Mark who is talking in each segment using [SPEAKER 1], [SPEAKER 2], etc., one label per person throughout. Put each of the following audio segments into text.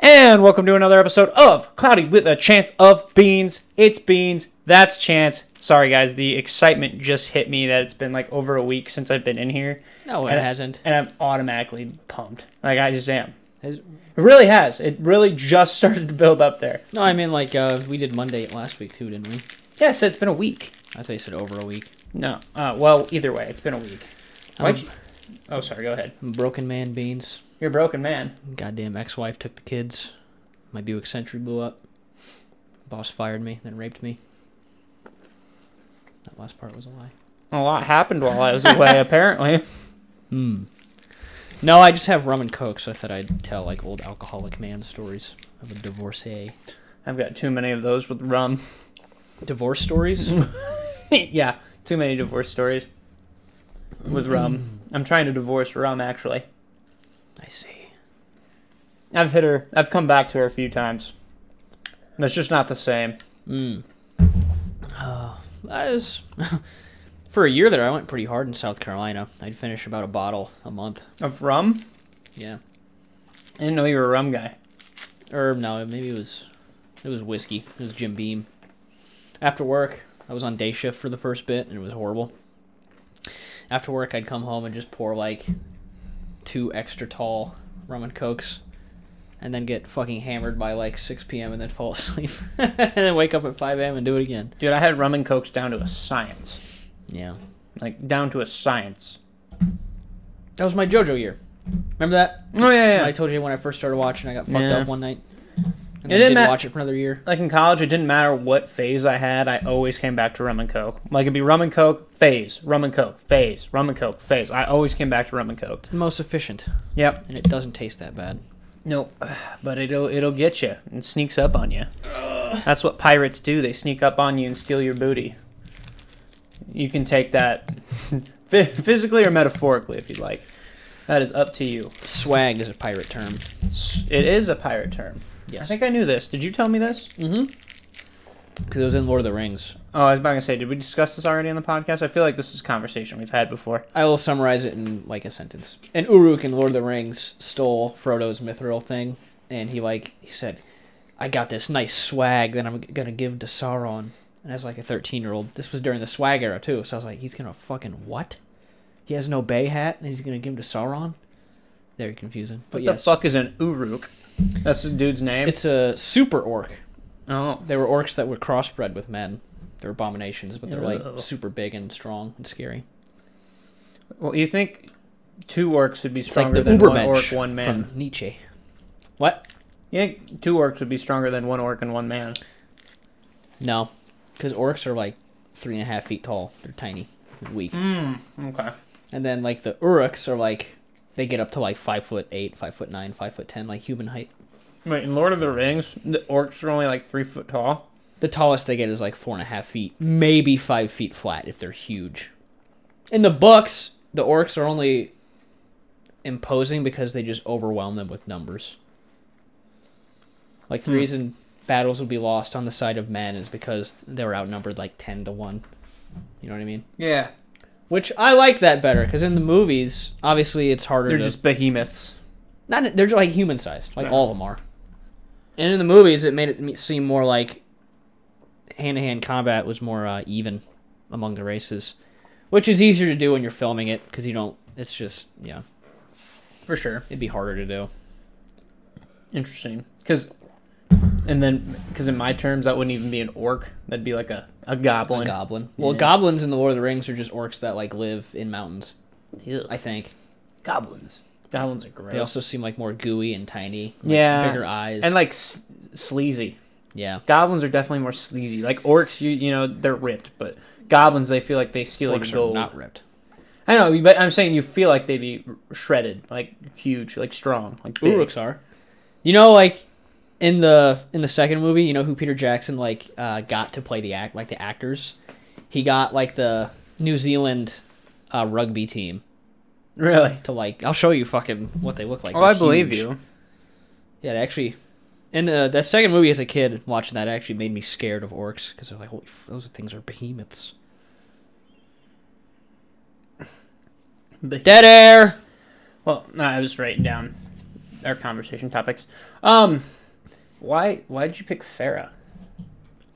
[SPEAKER 1] And welcome to another episode of Cloudy with a Chance of Beans. It's Beans, that's Chance. Sorry, guys, the excitement just hit me that it's been like over a week since I've been in here,
[SPEAKER 2] No, it
[SPEAKER 1] And-
[SPEAKER 2] hasn't.
[SPEAKER 1] and I'm automatically pumped. Like, I just am.
[SPEAKER 2] Has-
[SPEAKER 1] It really has. It really just started to build up there.
[SPEAKER 2] no, I mean like uh, we did Monday last week too, didn't we?
[SPEAKER 1] Yeah, so it's been a week.
[SPEAKER 2] I thought you said over a week.
[SPEAKER 1] No. Uh, well, either way, it's been a week.
[SPEAKER 2] I'm
[SPEAKER 1] Why'd you- Oh, sorry, go ahead.
[SPEAKER 2] a broken man, beans.
[SPEAKER 1] You're a broken man.
[SPEAKER 2] Goddamn ex-wife took the kids. My Buick Century blew up. Boss fired me, then raped me. That last part was a lie.
[SPEAKER 1] A lot happened while I was away, apparently.
[SPEAKER 2] Hmm. No, I just have rum and coke, so I thought I'd tell like old alcoholic man stories of a divorcee.
[SPEAKER 1] I've got too many of those with rum.
[SPEAKER 2] Divorce stories?
[SPEAKER 1] yeah, too many divorce stories with rum. I'm trying to divorce rum actually.
[SPEAKER 2] I see.
[SPEAKER 1] I've hit her. I've come back to her a few times. And It's just not the same.
[SPEAKER 2] Mm. Uh, I was for a year there. I went pretty hard in South Carolina. I'd finish about a bottle a month.
[SPEAKER 1] Of rum?
[SPEAKER 2] Yeah,
[SPEAKER 1] I didn't know you were a rum guy.
[SPEAKER 2] or no, maybe it was it was whiskey. It was Jim Beam. After work, I was on day shift for the first bit, and it was horrible. After work, I'd come home and just pour like two extra tall rum and cokes, and then get fucking hammered by like 6 p.m. and then fall asleep, and then wake up at 5 a.m. and do it again.
[SPEAKER 1] Dude, I had rum and cokes down to a science.
[SPEAKER 2] Yeah.
[SPEAKER 1] Like down to a science.
[SPEAKER 2] That was my JoJo year. Remember that?
[SPEAKER 1] Oh yeah,
[SPEAKER 2] I
[SPEAKER 1] yeah.
[SPEAKER 2] told you when I first started watching, I got fucked
[SPEAKER 1] Yeah.
[SPEAKER 2] up one night. And
[SPEAKER 1] It
[SPEAKER 2] then
[SPEAKER 1] didn't
[SPEAKER 2] didn't
[SPEAKER 1] ma-
[SPEAKER 2] watch it for another year.
[SPEAKER 1] Like in college, it didn't matter what phase I had. I always came back to rum and coke. Like it'd be rum and coke phase, rum and coke phase, rum and coke phase. I always came back to rum and coke.
[SPEAKER 2] It's the most efficient,
[SPEAKER 1] Yep.
[SPEAKER 2] and it doesn't taste that bad.
[SPEAKER 1] Nope. But it'll it'll get you and sneaks up on you. That's what pirates do. They sneak up on you and steal your booty. You can take that phy- physically or metaphorically if you'd like. That is up to you.
[SPEAKER 2] Swag is a pirate term.
[SPEAKER 1] S- It is a pirate term.
[SPEAKER 2] Yes.
[SPEAKER 1] I think I knew this. Did you tell me this?
[SPEAKER 2] Mm-hmm. Because it was in Lord of the Rings.
[SPEAKER 1] Oh, I was about to say, did we discuss this already on the podcast? I feel like this is a conversation we've had before.
[SPEAKER 2] I will summarize it in like a sentence. And Uruk in Lord of the Rings stole Frodo's mithril thing, and he like he said, "I got this nice swag that I'm gonna give to Sauron." And as like a 13 year old, this was during the swag era too. So I was like, "He's gonna fucking what? He has no bay hat, and he's gonna give him to Sauron." Very confusing, but
[SPEAKER 1] What the
[SPEAKER 2] yes,
[SPEAKER 1] fuck is an Uruk? That's the dude's name.
[SPEAKER 2] it's a super orc.
[SPEAKER 1] oh,
[SPEAKER 2] They were orcs that were crossbred with men. They're abominations, but they're
[SPEAKER 1] Ew.
[SPEAKER 2] like super big and strong and scary.
[SPEAKER 1] well, you think two orcs would be
[SPEAKER 2] It's like
[SPEAKER 1] stronger
[SPEAKER 2] the
[SPEAKER 1] than one orc,
[SPEAKER 2] Ubermensch
[SPEAKER 1] one man?
[SPEAKER 2] from Nietzsche. What?
[SPEAKER 1] You think two orcs would be stronger than one orc and one man?
[SPEAKER 2] No, because orcs are like three and a half feet tall. They're tiny, and weak.
[SPEAKER 1] Mm, okay.
[SPEAKER 2] And then like the uruks are like they get up to like five foot eight, five foot nine, five foot ten, like human height.
[SPEAKER 1] Wait, in Lord of the Rings, the orcs are only like three foot tall.
[SPEAKER 2] The tallest they get is like four and a half feet, maybe five feet flat if they're huge. In the books, the orcs are only imposing because they just overwhelm them with numbers. Like the
[SPEAKER 1] Hmm.
[SPEAKER 2] reason battles would be lost on the side of men is because they were outnumbered like ten to one. You know what I mean?
[SPEAKER 1] Yeah.
[SPEAKER 2] Which I like that better because in the movies, obviously it's harder.
[SPEAKER 1] They're
[SPEAKER 2] to,
[SPEAKER 1] just behemoths.
[SPEAKER 2] not. They're just like human sized, like
[SPEAKER 1] Yeah.
[SPEAKER 2] all of them are. And in the movies, it made it me- seem more like hand to hand combat was more uh, even among the races, which is easier to do when you're filming it because you don't. It's just yeah,
[SPEAKER 1] For sure.
[SPEAKER 2] it'd be harder to do.
[SPEAKER 1] Interesting. Because, and then, because in my terms, that wouldn't even be an orc. That'd be like a, a
[SPEAKER 2] A
[SPEAKER 1] goblin.
[SPEAKER 2] goblin. Well,
[SPEAKER 1] Yeah.
[SPEAKER 2] goblins in the Lord of the Rings are just orcs that like live in mountains.
[SPEAKER 1] Ew.
[SPEAKER 2] I think
[SPEAKER 1] Goblins. Goblins are gross.
[SPEAKER 2] they also seem like more gooey and tiny. like,
[SPEAKER 1] Yeah.
[SPEAKER 2] bigger eyes
[SPEAKER 1] and like s- sleazy.
[SPEAKER 2] yeah.
[SPEAKER 1] Goblins are definitely more sleazy. Like orcs, you you know, they're ripped, but goblins, they feel like they steal your
[SPEAKER 2] Orcs are
[SPEAKER 1] gold.
[SPEAKER 2] not ripped.
[SPEAKER 1] I know, but I'm saying you feel like they'd be shredded, like huge, like strong, like big.
[SPEAKER 2] Uruks are. You know, like in the in the second movie, you know who Peter Jackson like uh, got to play the act like the actors. He got like the New Zealand uh, rugby team
[SPEAKER 1] Really?
[SPEAKER 2] to like. I'll show you fucking what they look like.
[SPEAKER 1] oh,
[SPEAKER 2] They're
[SPEAKER 1] I believe
[SPEAKER 2] huge.
[SPEAKER 1] you.
[SPEAKER 2] Yeah, they actually. And uh, that second movie, as a kid watching that, actually made me scared of orcs because they're like, holy, f- those things are behemoths.
[SPEAKER 1] But
[SPEAKER 2] Dead air.
[SPEAKER 1] well, no, I was writing down our conversation topics. Um, Why? Why did you pick Farah?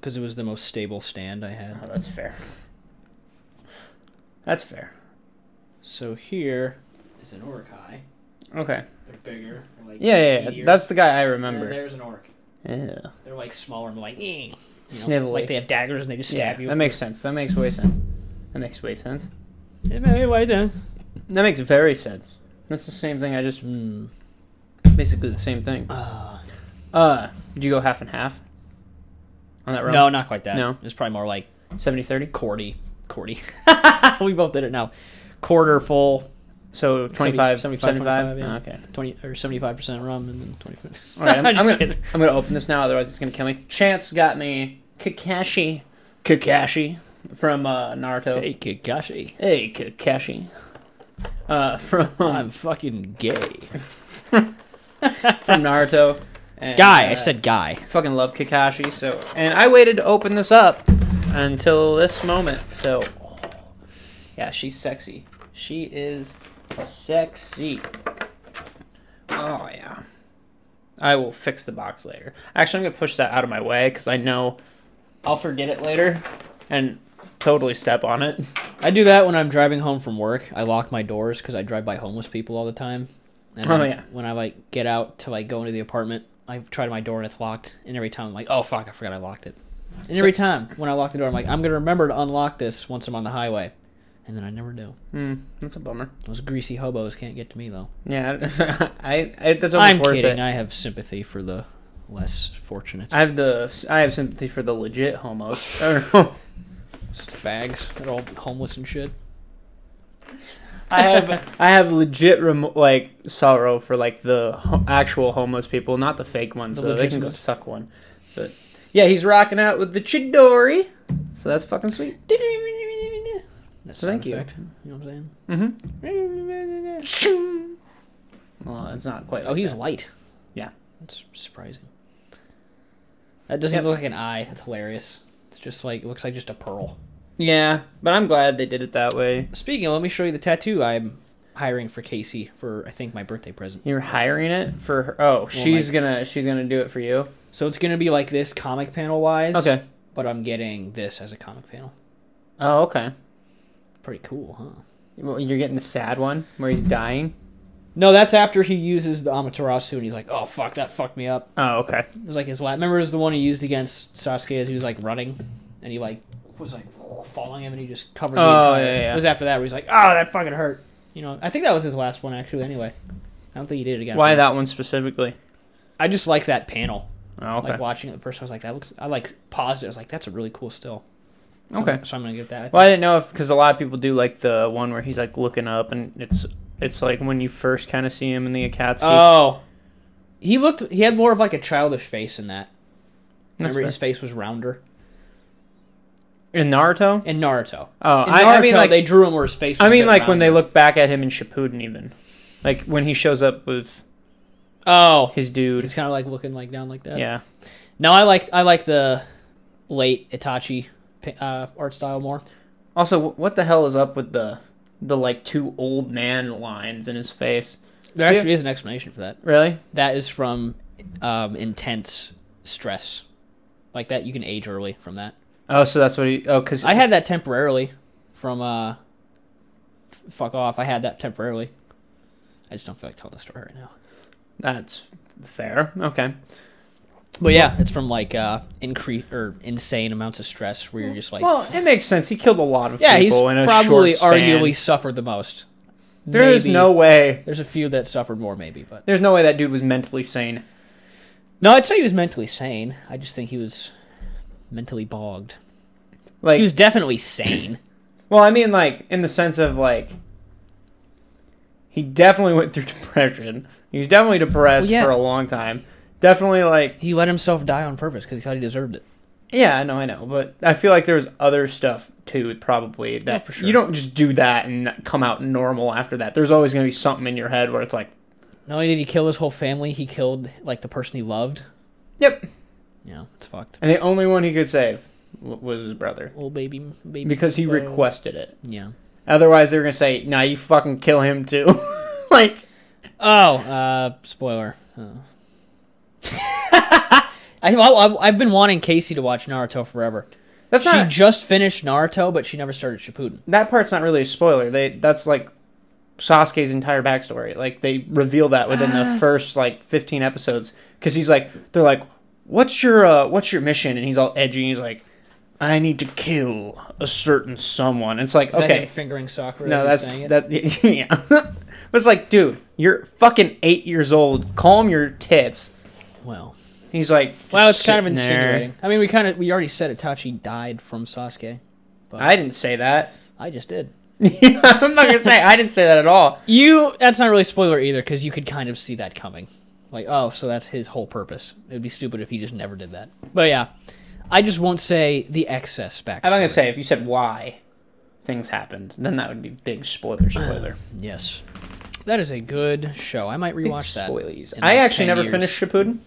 [SPEAKER 2] because it was the most stable stand I
[SPEAKER 1] Oh,
[SPEAKER 2] had.
[SPEAKER 1] that's fair. That's fair.
[SPEAKER 2] So here is an orc eye.
[SPEAKER 1] Okay.
[SPEAKER 2] They're bigger. They're like
[SPEAKER 1] Yeah, yeah, yeah.
[SPEAKER 2] meatier.
[SPEAKER 1] That's the guy I
[SPEAKER 2] And then
[SPEAKER 1] remember.
[SPEAKER 2] There's an orc.
[SPEAKER 1] Yeah.
[SPEAKER 2] They're like smaller and like, eh, you know,
[SPEAKER 1] Snivelly.
[SPEAKER 2] like they have daggers and they just stab
[SPEAKER 1] Yeah, That
[SPEAKER 2] you.
[SPEAKER 1] makes sense. That makes way sense. That makes way sense.
[SPEAKER 2] Anyway, then.
[SPEAKER 1] That makes very sense. That's the same thing. I just
[SPEAKER 2] Mm.
[SPEAKER 1] basically the same thing.
[SPEAKER 2] Uh,
[SPEAKER 1] Uh, did you go half and half on that row?
[SPEAKER 2] no, not quite that.
[SPEAKER 1] No.
[SPEAKER 2] it's probably more like
[SPEAKER 1] 70 30?
[SPEAKER 2] quarty, quarty. we both did it now. Quarter full,
[SPEAKER 1] So 25,
[SPEAKER 2] 75,
[SPEAKER 1] 75?
[SPEAKER 2] 25, yeah.
[SPEAKER 1] Oh, okay.
[SPEAKER 2] twenty or seventy-five percent rum, and then twenty-five.
[SPEAKER 1] All right, I'm,
[SPEAKER 2] I'm just
[SPEAKER 1] I'm gonna,
[SPEAKER 2] kidding.
[SPEAKER 1] I'm gonna open this now, otherwise it's gonna kill me. Chance got me Kakashi, Kakashi from uh, Naruto.
[SPEAKER 2] Hey, Kakashi,
[SPEAKER 1] Hey, Kakashi. Uh, from
[SPEAKER 2] I'm fucking gay.
[SPEAKER 1] from Naruto. And,
[SPEAKER 2] Guy, I
[SPEAKER 1] uh,
[SPEAKER 2] said guy.
[SPEAKER 1] fucking love Kakashi. So, and I waited to open this up until this moment. So, yeah, she's sexy. She is sexy. Oh yeah. I will fix the box later. Actually, I'm gonna push that out of my way because I know I'll forget it later and totally step on it.
[SPEAKER 2] I do that when I'm driving home from work. I lock my doors because I drive by homeless people all the time. And
[SPEAKER 1] Oh,
[SPEAKER 2] then
[SPEAKER 1] yeah.
[SPEAKER 2] When I like get out to like go into the apartment, I try to my door and it's locked. And every time I'm like, oh fuck, I forgot I locked it. And every time when I lock the door, I'm like, I'm gonna remember to unlock this once I'm on the highway. And then I never do.
[SPEAKER 1] Hmm, that's a bummer.
[SPEAKER 2] Those greasy hobos can't get to me though.
[SPEAKER 1] Yeah, I, I that's almost
[SPEAKER 2] I'm
[SPEAKER 1] worth
[SPEAKER 2] kidding.
[SPEAKER 1] it.
[SPEAKER 2] I have sympathy for the less fortunate.
[SPEAKER 1] I have the I have sympathy for the legit homos. Or-
[SPEAKER 2] Fags, they're all homeless and shit.
[SPEAKER 1] I have I have legit rem- like sorrow for like the ho- actual homeless people, not the fake ones.
[SPEAKER 2] The
[SPEAKER 1] so they can go
[SPEAKER 2] legitimate.
[SPEAKER 1] suck one. But yeah, he's rocking out with the Chidori, so that's fucking sweet.
[SPEAKER 2] That's
[SPEAKER 1] Thank you.
[SPEAKER 2] You know what I'm saying?
[SPEAKER 1] Mm-hmm. Well, it's not quite.
[SPEAKER 2] Oh,
[SPEAKER 1] like
[SPEAKER 2] he's
[SPEAKER 1] that.
[SPEAKER 2] light.
[SPEAKER 1] Yeah.
[SPEAKER 2] That's surprising. That doesn't
[SPEAKER 1] Yep.
[SPEAKER 2] look like an eye. That's hilarious. It's just like, it looks like just a pearl.
[SPEAKER 1] yeah, but I'm glad they did it that way.
[SPEAKER 2] Speaking of, let me show you the tattoo I'm hiring for Casey for, I think, my birthday present.
[SPEAKER 1] You're hiring it for her. Oh, she's
[SPEAKER 2] like-
[SPEAKER 1] gonna she's gonna do it for you.
[SPEAKER 2] So it's going to be like this comic panel wise.
[SPEAKER 1] Okay.
[SPEAKER 2] But I'm getting this as a comic panel.
[SPEAKER 1] Oh, okay.
[SPEAKER 2] Pretty cool, huh?
[SPEAKER 1] Well, you're getting the sad one where he's dying.
[SPEAKER 2] No, that's after he uses the Amaterasu and he's like, oh, fuck, that fucked me up.
[SPEAKER 1] Oh, okay.
[SPEAKER 2] It was like his last. Remember, it was the one he used against Sasuke as he was like running, and he like was like following him, and he just covered. The
[SPEAKER 1] Oh,
[SPEAKER 2] entire,
[SPEAKER 1] yeah, yeah.
[SPEAKER 2] It was after that where he's like, "Oh, that fucking hurt." You know, I think that was his last one actually. Anyway, I don't think he did it again.
[SPEAKER 1] Why that one specifically?
[SPEAKER 2] I just like that panel.
[SPEAKER 1] Oh, okay.
[SPEAKER 2] Like watching it at first, I was like, "That looks." I like paused it. I was like, "That's a really cool still." So I'm-
[SPEAKER 1] okay.
[SPEAKER 2] So I'm gonna get that. I think.
[SPEAKER 1] Well, I didn't know if because a lot of people do like the one where he's like looking up, and it's it's like when you first kind of see him in the Akatsuki.
[SPEAKER 2] Oh, he looked. He had more of like a childish face in that.
[SPEAKER 1] That's
[SPEAKER 2] Remember,
[SPEAKER 1] fair.
[SPEAKER 2] his face was rounder.
[SPEAKER 1] in Naruto.
[SPEAKER 2] In Naruto.
[SPEAKER 1] Oh,
[SPEAKER 2] In
[SPEAKER 1] I,
[SPEAKER 2] Naruto,
[SPEAKER 1] I mean like
[SPEAKER 2] they drew him where his face. Was
[SPEAKER 1] I
[SPEAKER 2] a
[SPEAKER 1] mean
[SPEAKER 2] bit
[SPEAKER 1] like when they
[SPEAKER 2] rounder.
[SPEAKER 1] look back at him in Shippuden, even like when he shows up with
[SPEAKER 2] Oh,
[SPEAKER 1] his dude.
[SPEAKER 2] it's kind of like looking like down like that.
[SPEAKER 1] Yeah,
[SPEAKER 2] No, I like I like the late Itachi pa- uh, art style more.
[SPEAKER 1] Also, wh- what the hell is up with the the like two old man lines in his face?
[SPEAKER 2] There
[SPEAKER 1] Yeah.
[SPEAKER 2] actually is an explanation for that.
[SPEAKER 1] Really?
[SPEAKER 2] That is from um, intense stress, like that. You can age early from that.
[SPEAKER 1] Oh, so that's what he. Oh, because
[SPEAKER 2] I had that temporarily from uh, f- fuck off. I had that temporarily. I just don't feel like telling the story right now.
[SPEAKER 1] that's fair. Okay.
[SPEAKER 2] But yeah, it's from like uh, increase or insane amounts of stress where you're just like,
[SPEAKER 1] well, it makes sense. He killed a lot of
[SPEAKER 2] yeah, he's
[SPEAKER 1] people in a
[SPEAKER 2] probably
[SPEAKER 1] short span.
[SPEAKER 2] arguably suffered the most.
[SPEAKER 1] There is
[SPEAKER 2] Maybe-
[SPEAKER 1] no way
[SPEAKER 2] There's a few that suffered more, maybe, but
[SPEAKER 1] There's no way that dude was mentally sane.
[SPEAKER 2] No, I'd say he was mentally sane. I just think he was mentally bogged.
[SPEAKER 1] Like,
[SPEAKER 2] he was definitely sane.
[SPEAKER 1] well, I mean, like in the sense of like, he definitely went through depression. He was definitely depressed
[SPEAKER 2] Well, yeah.
[SPEAKER 1] for a long time. Definitely, like,
[SPEAKER 2] he let himself die on purpose because he thought he deserved it.
[SPEAKER 1] yeah, I know, I know, but I feel like there was other stuff too, probably that
[SPEAKER 2] Oh, for sure.
[SPEAKER 1] you don't just do that and not come out normal after that. There's always gonna be something in your head where it's like,
[SPEAKER 2] Not only did he kill his whole family, he killed like the person he loved.
[SPEAKER 1] yep.
[SPEAKER 2] Yeah, it's fucked.
[SPEAKER 1] And the only one he could save w- was his brother
[SPEAKER 2] Little baby, baby.
[SPEAKER 1] because he
[SPEAKER 2] so-
[SPEAKER 1] requested it.
[SPEAKER 2] Yeah.
[SPEAKER 1] Otherwise, they're gonna say, "Nah, you fucking kill him too." like,
[SPEAKER 2] Oh, uh, spoiler. Uh. I, I, I've been wanting Casey to watch Naruto forever.
[SPEAKER 1] That's
[SPEAKER 2] she
[SPEAKER 1] not
[SPEAKER 2] just finished Naruto, but she never started Shippuden.
[SPEAKER 1] that part's not really a spoiler. They that's like Sasuke's entire backstory. Like they reveal that within
[SPEAKER 2] Ah.
[SPEAKER 1] the first like 15 episodes cuz he's like they're like what's your uh, what's your mission and he's all edgy and he's like I need to kill a certain someone. It's like
[SPEAKER 2] Is that him
[SPEAKER 1] okay.
[SPEAKER 2] fingering Sakura.
[SPEAKER 1] No,
[SPEAKER 2] and
[SPEAKER 1] that's
[SPEAKER 2] saying it?
[SPEAKER 1] that yeah. but it's like dude, you're fucking 8 years old. Calm your tits.
[SPEAKER 2] well.
[SPEAKER 1] He's like
[SPEAKER 2] Well,
[SPEAKER 1] just
[SPEAKER 2] it's kind of
[SPEAKER 1] sitting there.
[SPEAKER 2] insinuating. I mean, we kind of we already said Itachi died from Sasuke.
[SPEAKER 1] I didn't say that.
[SPEAKER 2] I just did.
[SPEAKER 1] I'm not gonna say I didn't say that at all.
[SPEAKER 2] You that's not really a spoiler either because you could kind of see that coming. Like, oh, so that's his whole purpose. It would be stupid if he just never did that. But yeah, I just won't say the excess back.
[SPEAKER 1] I'm not gonna say if you said why things happened, then that would be big spoiler spoiler.
[SPEAKER 2] yes. That is a good show. I might
[SPEAKER 1] Big
[SPEAKER 2] rewatch that.
[SPEAKER 1] spoilies.
[SPEAKER 2] in
[SPEAKER 1] I
[SPEAKER 2] like
[SPEAKER 1] actually
[SPEAKER 2] 10
[SPEAKER 1] never
[SPEAKER 2] years.
[SPEAKER 1] finished Shippuden.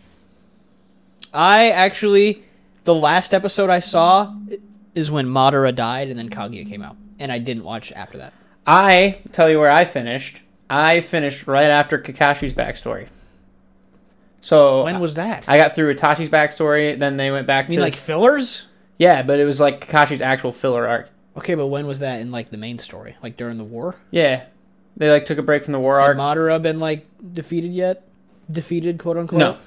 [SPEAKER 2] I actually, the last episode I saw is when Madara died and then Kaguya came out, and I didn't watch after that.
[SPEAKER 1] I tell you where I finished. I finished right after Kakashi's backstory. So
[SPEAKER 2] When was that?
[SPEAKER 1] Oh, I got through Itachi's backstory, then they went back
[SPEAKER 2] you mean
[SPEAKER 1] to
[SPEAKER 2] like fillers?
[SPEAKER 1] yeah, but it was like Kakashi's actual filler arc.
[SPEAKER 2] Okay, but when was that in like the main story? Like during the war?
[SPEAKER 1] Yeah, they like took a break from the war arc.
[SPEAKER 2] Had Madara been like defeated yet? Defeated, quote unquote.
[SPEAKER 1] No,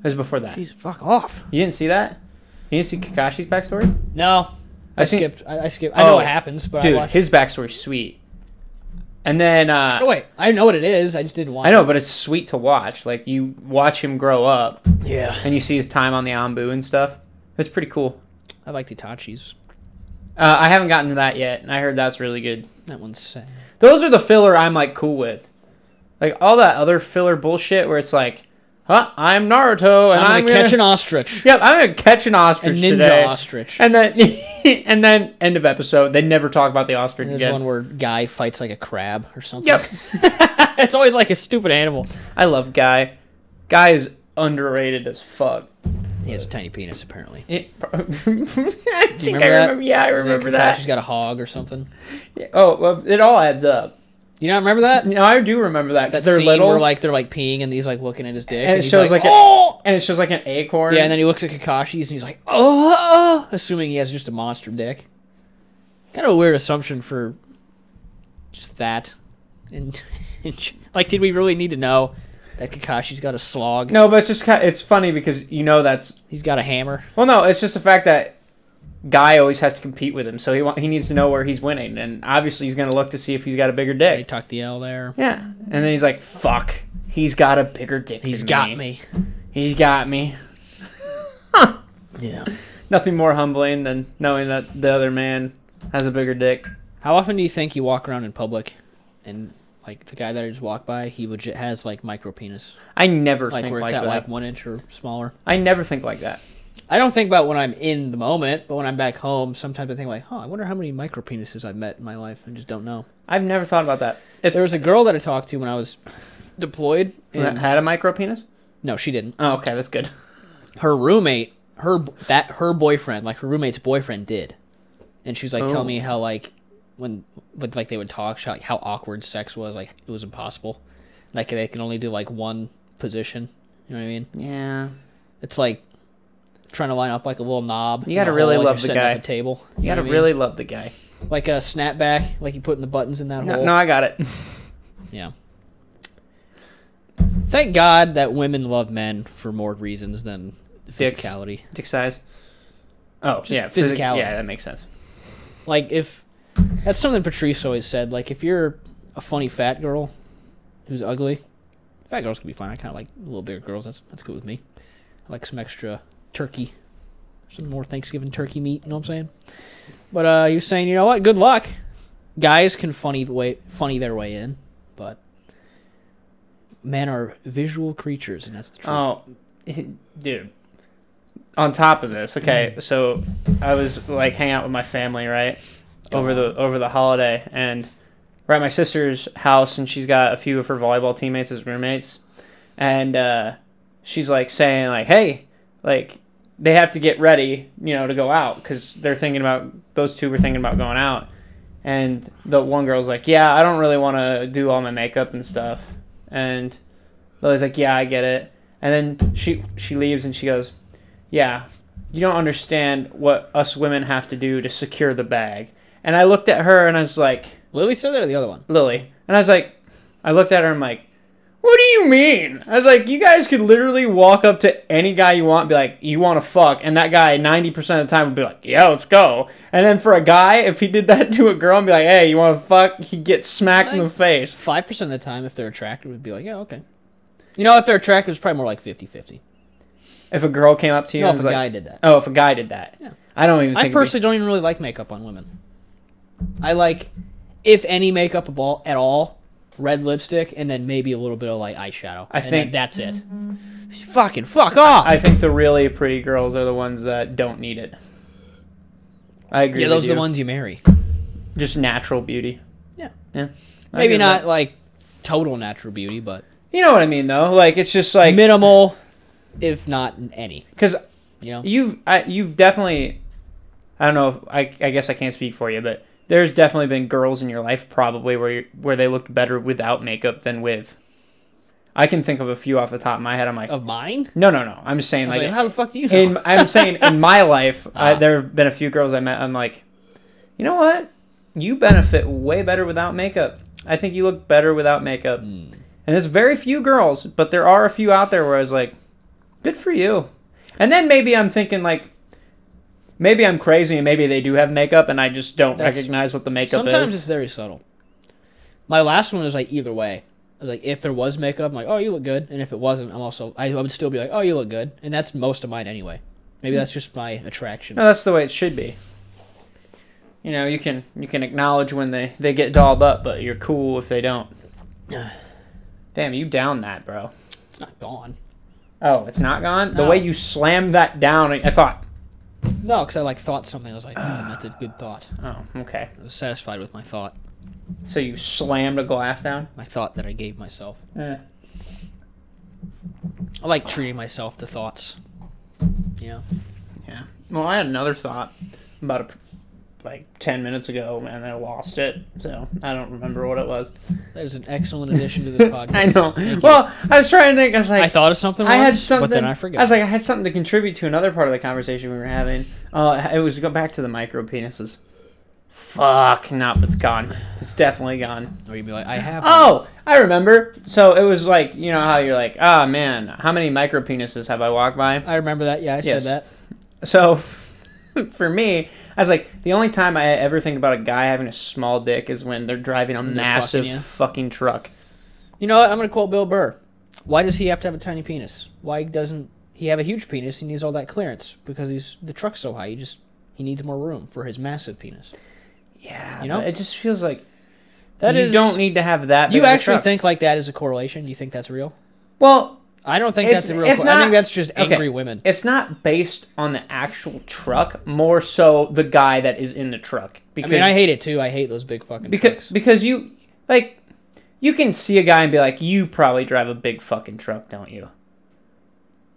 [SPEAKER 1] it was before that.
[SPEAKER 2] Jeez, fuck off.
[SPEAKER 1] You didn't see that? You didn't see Kakashi's backstory?
[SPEAKER 2] No, I,
[SPEAKER 1] I seen-
[SPEAKER 2] skipped. I, I skipped. I know
[SPEAKER 1] Oh,
[SPEAKER 2] what happens, but I
[SPEAKER 1] Dude,
[SPEAKER 2] watched.
[SPEAKER 1] his backstory's sweet. And then uh,
[SPEAKER 2] Oh wait, I know what it is. I just didn't watch.
[SPEAKER 1] I know, but it's sweet to watch. Like you watch him grow up,
[SPEAKER 2] It. Yeah.
[SPEAKER 1] and you see his time on the Ambu and stuff. It's pretty cool.
[SPEAKER 2] I like Itachi's.
[SPEAKER 1] Uh, I haven't gotten to that yet, and I heard that's really good.
[SPEAKER 2] That one's sad.
[SPEAKER 1] Those are the filler I'm like cool with. Like all that other filler bullshit where it's like, huh, I'm Naruto,
[SPEAKER 2] I'm
[SPEAKER 1] and
[SPEAKER 2] gonna
[SPEAKER 1] I'm,
[SPEAKER 2] catch an ostrich.
[SPEAKER 1] Yep, I'm gonna catch an
[SPEAKER 2] A
[SPEAKER 1] ostrich
[SPEAKER 2] ninja
[SPEAKER 1] today.
[SPEAKER 2] ostrich.
[SPEAKER 1] And then, and then end of episode. They never talk about the ostrich
[SPEAKER 2] There's
[SPEAKER 1] again.
[SPEAKER 2] one where guy fights like a crab or something.
[SPEAKER 1] Yep.
[SPEAKER 2] it's always like a stupid animal.
[SPEAKER 1] I love Guy. Guy is underrated as fuck.
[SPEAKER 2] He has a tiny penis apparently.
[SPEAKER 1] It- I think
[SPEAKER 2] remember
[SPEAKER 1] I
[SPEAKER 2] that?
[SPEAKER 1] remember. Yeah, I remember that.
[SPEAKER 2] She's got a hog or something.
[SPEAKER 1] Oh, well, it all adds up.
[SPEAKER 2] You not remember that?
[SPEAKER 1] No, I do remember that. 'cause
[SPEAKER 2] That
[SPEAKER 1] they're
[SPEAKER 2] scene
[SPEAKER 1] little,
[SPEAKER 2] where like they're like peeing and he's like looking at his dick
[SPEAKER 1] and it
[SPEAKER 2] he's
[SPEAKER 1] shows like, a-
[SPEAKER 2] oh
[SPEAKER 1] and it shows like an acorn.
[SPEAKER 2] yeah, and then he looks at Kakashi's and he's like oh, assuming he has just a monster dick. Kind of a weird assumption for just that, and, and like did we really need to know that Kakashi's got a slog?
[SPEAKER 1] no, but it's just kind it's funny because you know that's
[SPEAKER 2] he's got a hammer.
[SPEAKER 1] well, no, it's just the fact that guy always has to compete with him, so he wa- he needs to know where he's winning, and obviously he's gonna look to see if he's got a bigger
[SPEAKER 2] They
[SPEAKER 1] dick.
[SPEAKER 2] tucked the L there.
[SPEAKER 1] Yeah, and then he's like, "Fuck, he's got a bigger dick.
[SPEAKER 2] He's
[SPEAKER 1] than
[SPEAKER 2] got
[SPEAKER 1] me.
[SPEAKER 2] me.
[SPEAKER 1] He's got me."
[SPEAKER 2] Yeah.
[SPEAKER 1] Nothing more humbling than knowing that the other man has a bigger dick.
[SPEAKER 2] How often do you think you walk around in public, and like the guy that I just walked by, he legit has like micro penis,
[SPEAKER 1] I never
[SPEAKER 2] like
[SPEAKER 1] think
[SPEAKER 2] where it's
[SPEAKER 1] like
[SPEAKER 2] at
[SPEAKER 1] that.
[SPEAKER 2] like one inch or smaller.
[SPEAKER 1] I never think like that.
[SPEAKER 2] I don't think about when I'm in the moment, but when I'm back home, sometimes I think like, "Huh, I wonder how many micro penises I've met in my life," and just don't know.
[SPEAKER 1] I've never thought about that. It's
[SPEAKER 2] There was a girl that I talked to when I was deployed.
[SPEAKER 1] that
[SPEAKER 2] And,
[SPEAKER 1] had a micro penis.
[SPEAKER 2] no, she didn't.
[SPEAKER 1] Oh, okay, that's good.
[SPEAKER 2] Her roommate, her that her boyfriend, like her roommate's boyfriend, did, and she was like,
[SPEAKER 1] Oh.
[SPEAKER 2] "Tell me how like when with like they would talk, she- like how awkward sex was, like it was impossible, like they can only do like one position. You know what I mean?
[SPEAKER 1] Yeah,
[SPEAKER 2] It's like." Trying to line up like a little knob.
[SPEAKER 1] You
[SPEAKER 2] in
[SPEAKER 1] gotta
[SPEAKER 2] a
[SPEAKER 1] really
[SPEAKER 2] hole as
[SPEAKER 1] love
[SPEAKER 2] you're
[SPEAKER 1] the
[SPEAKER 2] setting up
[SPEAKER 1] guy.
[SPEAKER 2] a table.
[SPEAKER 1] you
[SPEAKER 2] know
[SPEAKER 1] gotta
[SPEAKER 2] what I mean?
[SPEAKER 1] really love the guy.
[SPEAKER 2] like a snapback, like you put in the buttons in that
[SPEAKER 1] No,
[SPEAKER 2] hole.
[SPEAKER 1] no, I got it.
[SPEAKER 2] Yeah. Thank God that women love men for more reasons than
[SPEAKER 1] Dicks.
[SPEAKER 2] physicality.
[SPEAKER 1] Dick size. Oh,
[SPEAKER 2] Just
[SPEAKER 1] yeah, physi-
[SPEAKER 2] physicality.
[SPEAKER 1] Yeah, that makes sense.
[SPEAKER 2] Like if that's something Patrice always said. Like if you're a funny fat girl who's ugly, fat girls can be fine. I kind of like a little bigger girls. That's that's good with me. I like some extra turkey, some more Thanksgiving turkey meat. You know what I'm saying? But uh, you're saying you know what? Good luck. Guys can funny the way funny their way in, but men are visual creatures, and that's the truth.
[SPEAKER 1] Oh, dude. On top of this, okay,
[SPEAKER 2] Mm.
[SPEAKER 1] so I was like hanging out with my family, right,
[SPEAKER 2] Go
[SPEAKER 1] over
[SPEAKER 2] on.
[SPEAKER 1] the over the holiday, and we're at my sister's house, and she's got a few of her volleyball teammates as roommates, and uh, she's like saying like, hey, like they have to get ready, you know, to go out because they're thinking about those two were thinking about going out, and the one girl's like, yeah, I don't really want to do all my makeup and stuff, and Lily's like, yeah, I get it. And then she she leaves and she goes, "Yeah, you don't understand what us women have to do to secure the bag." And I looked at her and I was like,
[SPEAKER 2] Lily said that or the other one?
[SPEAKER 1] Lily. And I was like, I looked at her and I'm like, what do you mean? I was like, you guys could literally walk up to any guy you want and be like, you want to fuck. And that guy, 90% of the time, would be like, yeah, let's go. And then for a guy, if he did that to a girl and be like, hey, you want to fuck, he'd get smacked in the face.
[SPEAKER 2] Five percent of the time, if they're attracted, would be like, yeah, okay. You know, if they're attracted, it's probably more like 50-50.
[SPEAKER 1] If a girl came up to you
[SPEAKER 2] No,
[SPEAKER 1] and
[SPEAKER 2] if a
[SPEAKER 1] was like,
[SPEAKER 2] guy did that.
[SPEAKER 1] oh, if a guy did that.
[SPEAKER 2] Yeah.
[SPEAKER 1] I don't even think.
[SPEAKER 2] I
[SPEAKER 1] it'd be-
[SPEAKER 2] personally don't even really like makeup on women. I like, if any makeup at all, at all, red lipstick and then maybe a little bit of like eyeshadow.
[SPEAKER 1] I
[SPEAKER 2] And
[SPEAKER 1] think-
[SPEAKER 2] then that's it. Fucking fuck off.
[SPEAKER 1] I think the really pretty girls are the ones that don't need it. I agree.
[SPEAKER 2] yeah,
[SPEAKER 1] with
[SPEAKER 2] those are
[SPEAKER 1] you.
[SPEAKER 2] the ones you marry.
[SPEAKER 1] Just natural beauty.
[SPEAKER 2] Yeah.
[SPEAKER 1] Yeah. I agree
[SPEAKER 2] Maybe
[SPEAKER 1] with
[SPEAKER 2] not
[SPEAKER 1] that.
[SPEAKER 2] like total natural beauty, but
[SPEAKER 1] You know what I mean, though. Like it's just like
[SPEAKER 2] minimal, if not any.
[SPEAKER 1] because
[SPEAKER 2] You know,
[SPEAKER 1] you've I, you've definitely I don't know if I, I guess I can't speak for you but there's definitely been girls in your life probably where you where they looked better without makeup than with I can think of a few off the top of my head I'm like
[SPEAKER 2] of mine.
[SPEAKER 1] no no no I'm saying
[SPEAKER 2] Oh. I was
[SPEAKER 1] like,
[SPEAKER 2] like, how the fuck do you? Know?
[SPEAKER 1] in I'm saying in my life I,
[SPEAKER 2] Ah.
[SPEAKER 1] there have been a few girls I met I'm like you know what you benefit way better without makeup I think you look better without makeup
[SPEAKER 2] Mm.
[SPEAKER 1] and there's very few girls, but there are a few out there where I was like, good for you. And then maybe I'm thinking like, maybe I'm crazy and maybe they do have makeup and I just don't
[SPEAKER 2] That's-
[SPEAKER 1] recognize what the makeup
[SPEAKER 2] Sometimes it's
[SPEAKER 1] is.
[SPEAKER 2] very subtle. My last one was like either way. I was like, if there was makeup, I'm like, oh, you look good. And if it wasn't, I'm also, I, I would still be like, oh, you look good. And that's most of mine anyway.
[SPEAKER 1] Hmm.
[SPEAKER 2] Maybe that's just my attraction.
[SPEAKER 1] No, that's the way it should be. You know, you can you can acknowledge when they they get dolled up, but you're cool if they don't. Damn, you down that, bro.
[SPEAKER 2] It's not gone.
[SPEAKER 1] Oh, it's not gone. The
[SPEAKER 2] No.
[SPEAKER 1] way you slammed that down, I I thought,
[SPEAKER 2] No, because I like thought something. I was like, hmm, that's a good thought.
[SPEAKER 1] oh, okay.
[SPEAKER 2] I was satisfied with my thought.
[SPEAKER 1] So you slammed a glass down.
[SPEAKER 2] My thought that I gave myself.
[SPEAKER 1] Eh.
[SPEAKER 2] I like treating myself to thoughts. You know?
[SPEAKER 1] Yeah. Well, I had another thought about a, like ten minutes ago, and I lost it, so I don't remember what it was.
[SPEAKER 2] That is an excellent addition to this podcast.
[SPEAKER 1] I know.
[SPEAKER 2] Thank you.
[SPEAKER 1] Well, I was trying to think. I was like,
[SPEAKER 2] I thought of something once,
[SPEAKER 1] I had something.
[SPEAKER 2] but then I forgot.
[SPEAKER 1] was like, I had something to contribute to another part of the conversation we were having. Uh, it was to go back to the micro penises. Fuck, nope, it's gone. It's definitely gone.
[SPEAKER 2] or you'd be like, I have. one.
[SPEAKER 1] Oh, I remember. So it was like, you know how you're like, ah, man, how many micro penises have I walked by?
[SPEAKER 2] I remember that. Yeah, I
[SPEAKER 1] Yes.
[SPEAKER 2] said that.
[SPEAKER 1] So for me, I was like, the only time I ever think about a guy having a small dick is when they're driving a
[SPEAKER 2] they're
[SPEAKER 1] massive
[SPEAKER 2] fucking
[SPEAKER 1] fucking,
[SPEAKER 2] you.
[SPEAKER 1] truck.
[SPEAKER 2] You know what? I'm going to quote Bill Burr. Why does he have to have a tiny penis? Why doesn't he have a huge penis? He needs all that clearance because he's the truck's so high. He just he needs more room for his massive penis.
[SPEAKER 1] Yeah, you
[SPEAKER 2] You
[SPEAKER 1] know,
[SPEAKER 2] know?
[SPEAKER 1] it just feels like
[SPEAKER 2] That
[SPEAKER 1] you
[SPEAKER 2] is-
[SPEAKER 1] don't need to have that.
[SPEAKER 2] Do you
[SPEAKER 1] big of a
[SPEAKER 2] actually
[SPEAKER 1] truck.
[SPEAKER 2] think like that is a correlation? Do you think that's real?
[SPEAKER 1] Well,
[SPEAKER 2] I don't think
[SPEAKER 1] It's-
[SPEAKER 2] that's a real.
[SPEAKER 1] it's
[SPEAKER 2] cor- I
[SPEAKER 1] not-
[SPEAKER 2] think that's just
[SPEAKER 1] okay.
[SPEAKER 2] angry women.
[SPEAKER 1] it's not based on the actual truck, more so the guy that is in the truck.
[SPEAKER 2] I
[SPEAKER 1] Because
[SPEAKER 2] mean, I hate it too. I hate those big fucking
[SPEAKER 1] because
[SPEAKER 2] trucks.
[SPEAKER 1] because you like you can see a guy and be like, you probably drive a big fucking truck, don't you?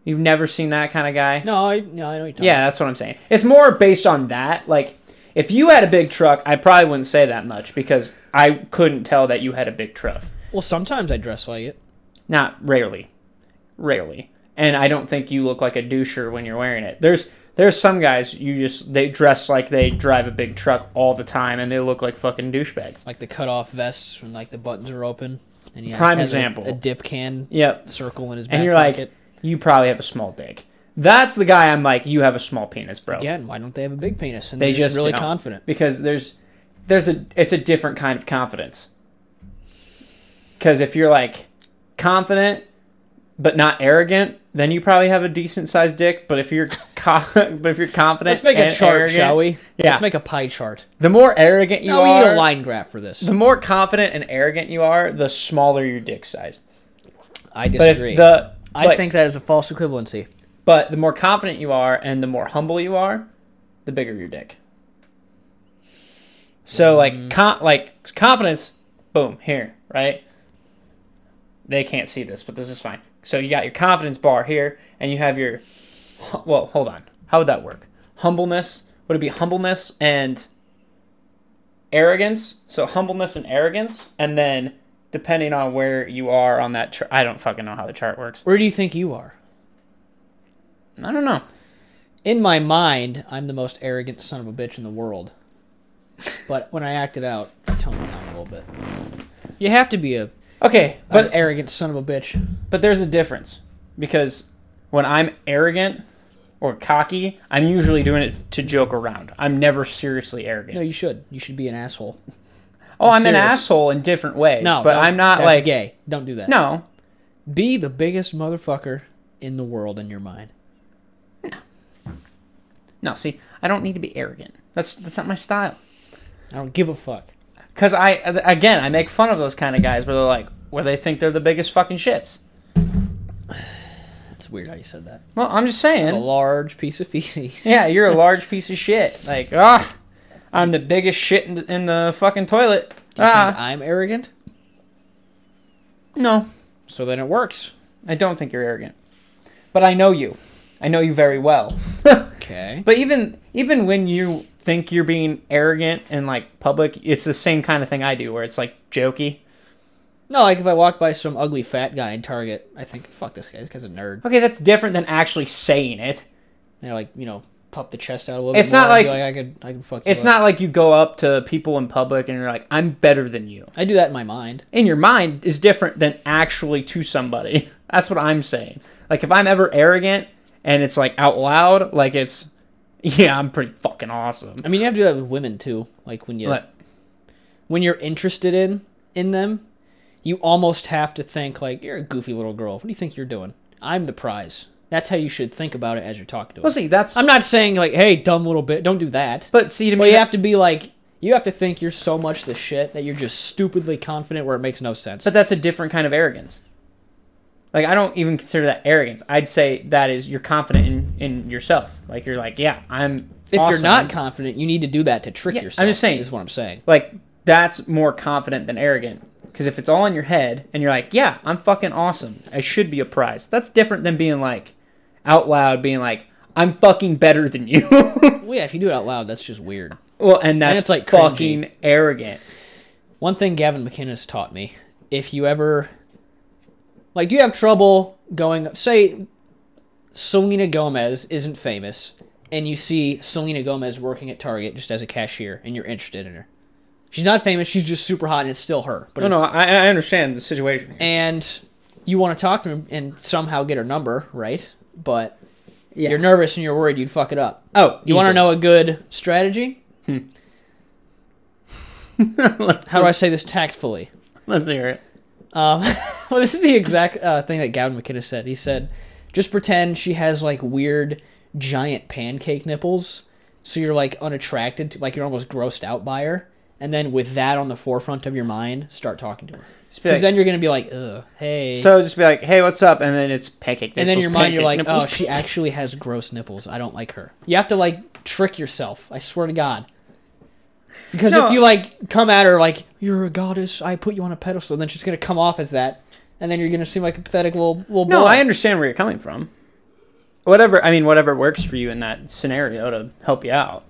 [SPEAKER 1] You've never seen that kind of guy.
[SPEAKER 2] No, I no, I know what you're talking
[SPEAKER 1] Yeah, that's what I'm saying. It's more based on that. Like, if you had a big truck, I probably wouldn't say that much because I couldn't tell that you had a big truck.
[SPEAKER 2] about. Well, sometimes I dress like it.
[SPEAKER 1] Not rarely, rarely. And I don't think you look like a doucher when you're wearing it. There's there's some guys you just they dress like they drive a big truck all the time and they look like fucking douchebags.
[SPEAKER 2] like the cut-off vests when like the buttons are open and he
[SPEAKER 1] Prime
[SPEAKER 2] has a-
[SPEAKER 1] example.
[SPEAKER 2] a, dip can
[SPEAKER 1] Yep.
[SPEAKER 2] circle in his back
[SPEAKER 1] And you're
[SPEAKER 2] pocket.
[SPEAKER 1] like, you probably have a small dick. That's the guy I'm like, you have a small penis, bro.
[SPEAKER 2] again why don't they have a big penis and
[SPEAKER 1] They
[SPEAKER 2] they're just,
[SPEAKER 1] just
[SPEAKER 2] really
[SPEAKER 1] don't.
[SPEAKER 2] confident
[SPEAKER 1] because there's there's a it's a different kind of confidence. Because if you're like confident but not arrogant, then you probably have a decent sized dick. But if you're co- but if you're confident,
[SPEAKER 2] let's make a
[SPEAKER 1] and
[SPEAKER 2] chart
[SPEAKER 1] arrogant-
[SPEAKER 2] shall we
[SPEAKER 1] Yeah.
[SPEAKER 2] let's make a pie chart
[SPEAKER 1] The more arrogant you
[SPEAKER 2] no we need
[SPEAKER 1] are,
[SPEAKER 2] a line graph for this
[SPEAKER 1] the more confident and arrogant you are, the smaller your dick size.
[SPEAKER 2] i
[SPEAKER 1] But if
[SPEAKER 2] disagree
[SPEAKER 1] the
[SPEAKER 2] i
[SPEAKER 1] but-
[SPEAKER 2] think that is a false equivalency
[SPEAKER 1] but the more confident you are and the more humble you are, the bigger your dick. So like con- like confidence, boom, here, right? They can't see this, but this is fine. So you got your confidence bar here and you have your hu- well, hold on. How would that work? Humbleness, would it be humbleness and arrogance? So humbleness and arrogance and then depending on where you are on that chart. I don't fucking know how the chart works.
[SPEAKER 2] Where do you think you are?
[SPEAKER 1] I don't know.
[SPEAKER 2] In my mind, I'm the most arrogant son of a bitch in the world. But when I act it out, I tone it down a little bit. You have to be a
[SPEAKER 1] Okay,
[SPEAKER 2] but
[SPEAKER 1] but
[SPEAKER 2] arrogant son of a bitch.
[SPEAKER 1] but there's a difference because when I'm arrogant or cocky, I'm usually doing it to joke around. I'm never seriously arrogant.
[SPEAKER 2] No, you should. You should be an asshole.
[SPEAKER 1] oh, I'm an
[SPEAKER 2] serious.
[SPEAKER 1] asshole in different ways.
[SPEAKER 2] No,
[SPEAKER 1] but
[SPEAKER 2] no,
[SPEAKER 1] I'm not
[SPEAKER 2] that's
[SPEAKER 1] like
[SPEAKER 2] gay. Don't do that.
[SPEAKER 1] no.
[SPEAKER 2] Be the biggest motherfucker in the world in your mind.
[SPEAKER 1] No, see, I don't need to be arrogant. That's that's not my style.
[SPEAKER 2] I don't give a fuck.
[SPEAKER 1] Cause I again I make fun of those kind of guys where they're like where they think they're the biggest fucking shits.
[SPEAKER 2] It's weird how you said that.
[SPEAKER 1] Well, I'm just
[SPEAKER 2] A
[SPEAKER 1] saying.
[SPEAKER 2] large piece of feces.
[SPEAKER 1] Yeah, you're a large piece of shit. Like ah, I'm the biggest shit in the, in the fucking toilet.
[SPEAKER 2] Do you think
[SPEAKER 1] Ah,
[SPEAKER 2] I'm arrogant?
[SPEAKER 1] no,
[SPEAKER 2] So then it works.
[SPEAKER 1] I don't think you're arrogant, but I know you. I know you very well.
[SPEAKER 2] Okay.
[SPEAKER 1] But even even when you think you're being arrogant in like public, it's the same kind of thing I do where it's like jokey.
[SPEAKER 2] No, like if I walk by some ugly fat guy in Target, I think, fuck this guy. This guy's a nerd.
[SPEAKER 1] Okay, that's different than actually saying it.
[SPEAKER 2] And I like, you know, pop the chest out a little
[SPEAKER 1] It's
[SPEAKER 2] bit. more
[SPEAKER 1] not
[SPEAKER 2] and be
[SPEAKER 1] like-
[SPEAKER 2] I could, I could fuck. you
[SPEAKER 1] It's
[SPEAKER 2] up.
[SPEAKER 1] not like you go up to people in public and you're like, I'm better than you.
[SPEAKER 2] I do that in my mind.
[SPEAKER 1] In your mind is different than actually to somebody. That's what I'm saying. Like if I'm ever arrogant and it's like out loud, like it's yeah, I'm pretty fucking awesome.
[SPEAKER 2] I mean, you have to do that with women too. Like when you
[SPEAKER 1] But
[SPEAKER 2] when you're interested in in them, you almost have to think like you're a goofy little girl. What do you think you're doing? I'm the prize. That's how you should think about it as you're talking to
[SPEAKER 1] well
[SPEAKER 2] them.
[SPEAKER 1] see that's
[SPEAKER 2] I'm not saying like, hey, dumb little bit, don't do that.
[SPEAKER 1] but see to
[SPEAKER 2] But
[SPEAKER 1] me
[SPEAKER 2] you
[SPEAKER 1] that-
[SPEAKER 2] have to be like, you have to think you're so much the shit that you're just stupidly confident where it makes no sense.
[SPEAKER 1] But that's a different kind of arrogance. Like I don't even consider that arrogance. I'd say that is you're confident in, in yourself. Like you're like, yeah, I'm.
[SPEAKER 2] if
[SPEAKER 1] awesome.
[SPEAKER 2] you're not confident, you need to do that to trick
[SPEAKER 1] Yeah, I'm
[SPEAKER 2] yourself.
[SPEAKER 1] just saying.
[SPEAKER 2] is what I'm saying.
[SPEAKER 1] like that's more confident than arrogant. Because if it's all in your head and you're like, yeah, I'm fucking awesome. I should be a prize. That's different than being like out loud, being like, I'm fucking better than you.
[SPEAKER 2] Well, yeah, if you do it out loud, that's just weird.
[SPEAKER 1] well, and that's
[SPEAKER 2] it's,
[SPEAKER 1] like
[SPEAKER 2] like, cringy.
[SPEAKER 1] fucking arrogant.
[SPEAKER 2] One thing Gavin McInnes taught me: if you ever, like, do you have trouble going? Say, Selena Gomez isn't famous, and you see Selena Gomez working at Target just as a cashier, and you're interested in her. She's not famous; she's just super hot, and it's still her. But
[SPEAKER 1] No,
[SPEAKER 2] it's-
[SPEAKER 1] no, I, I understand the situation.
[SPEAKER 2] and you want to talk to her and somehow get her number, right? But
[SPEAKER 1] Yeah.
[SPEAKER 2] you're nervous and you're worried you'd fuck it up.
[SPEAKER 1] oh,
[SPEAKER 2] You want to
[SPEAKER 1] easily.
[SPEAKER 2] know a good strategy? How do I say this tactfully?
[SPEAKER 1] Let's hear it.
[SPEAKER 2] Um, well, this is the exact uh, thing that Gavin McInnes said. He said, "Just pretend she has like weird giant pancake nipples, so you're like unattracted to, like you're almost grossed out by her, and then with that on the forefront of your mind, start talking to her.
[SPEAKER 1] Just be
[SPEAKER 2] Because
[SPEAKER 1] like-
[SPEAKER 2] then you're gonna be like, ugh, hey."
[SPEAKER 1] So just be like, hey, what's up? And then it's pancake.
[SPEAKER 2] and then in
[SPEAKER 1] nipples,
[SPEAKER 2] your mind, you're like,
[SPEAKER 1] pancake nipples.
[SPEAKER 2] oh, she actually has gross nipples. I don't like her. You have to like trick yourself. I swear to God. Because
[SPEAKER 1] No.
[SPEAKER 2] if you like come at her like you're a goddess, I put you on a pedestal, then she's gonna come off as that, and then you're gonna seem like a pathetic little little
[SPEAKER 1] No,
[SPEAKER 2] boy.
[SPEAKER 1] I understand where you're coming from. Whatever, I mean, whatever works for you in that scenario to help you out.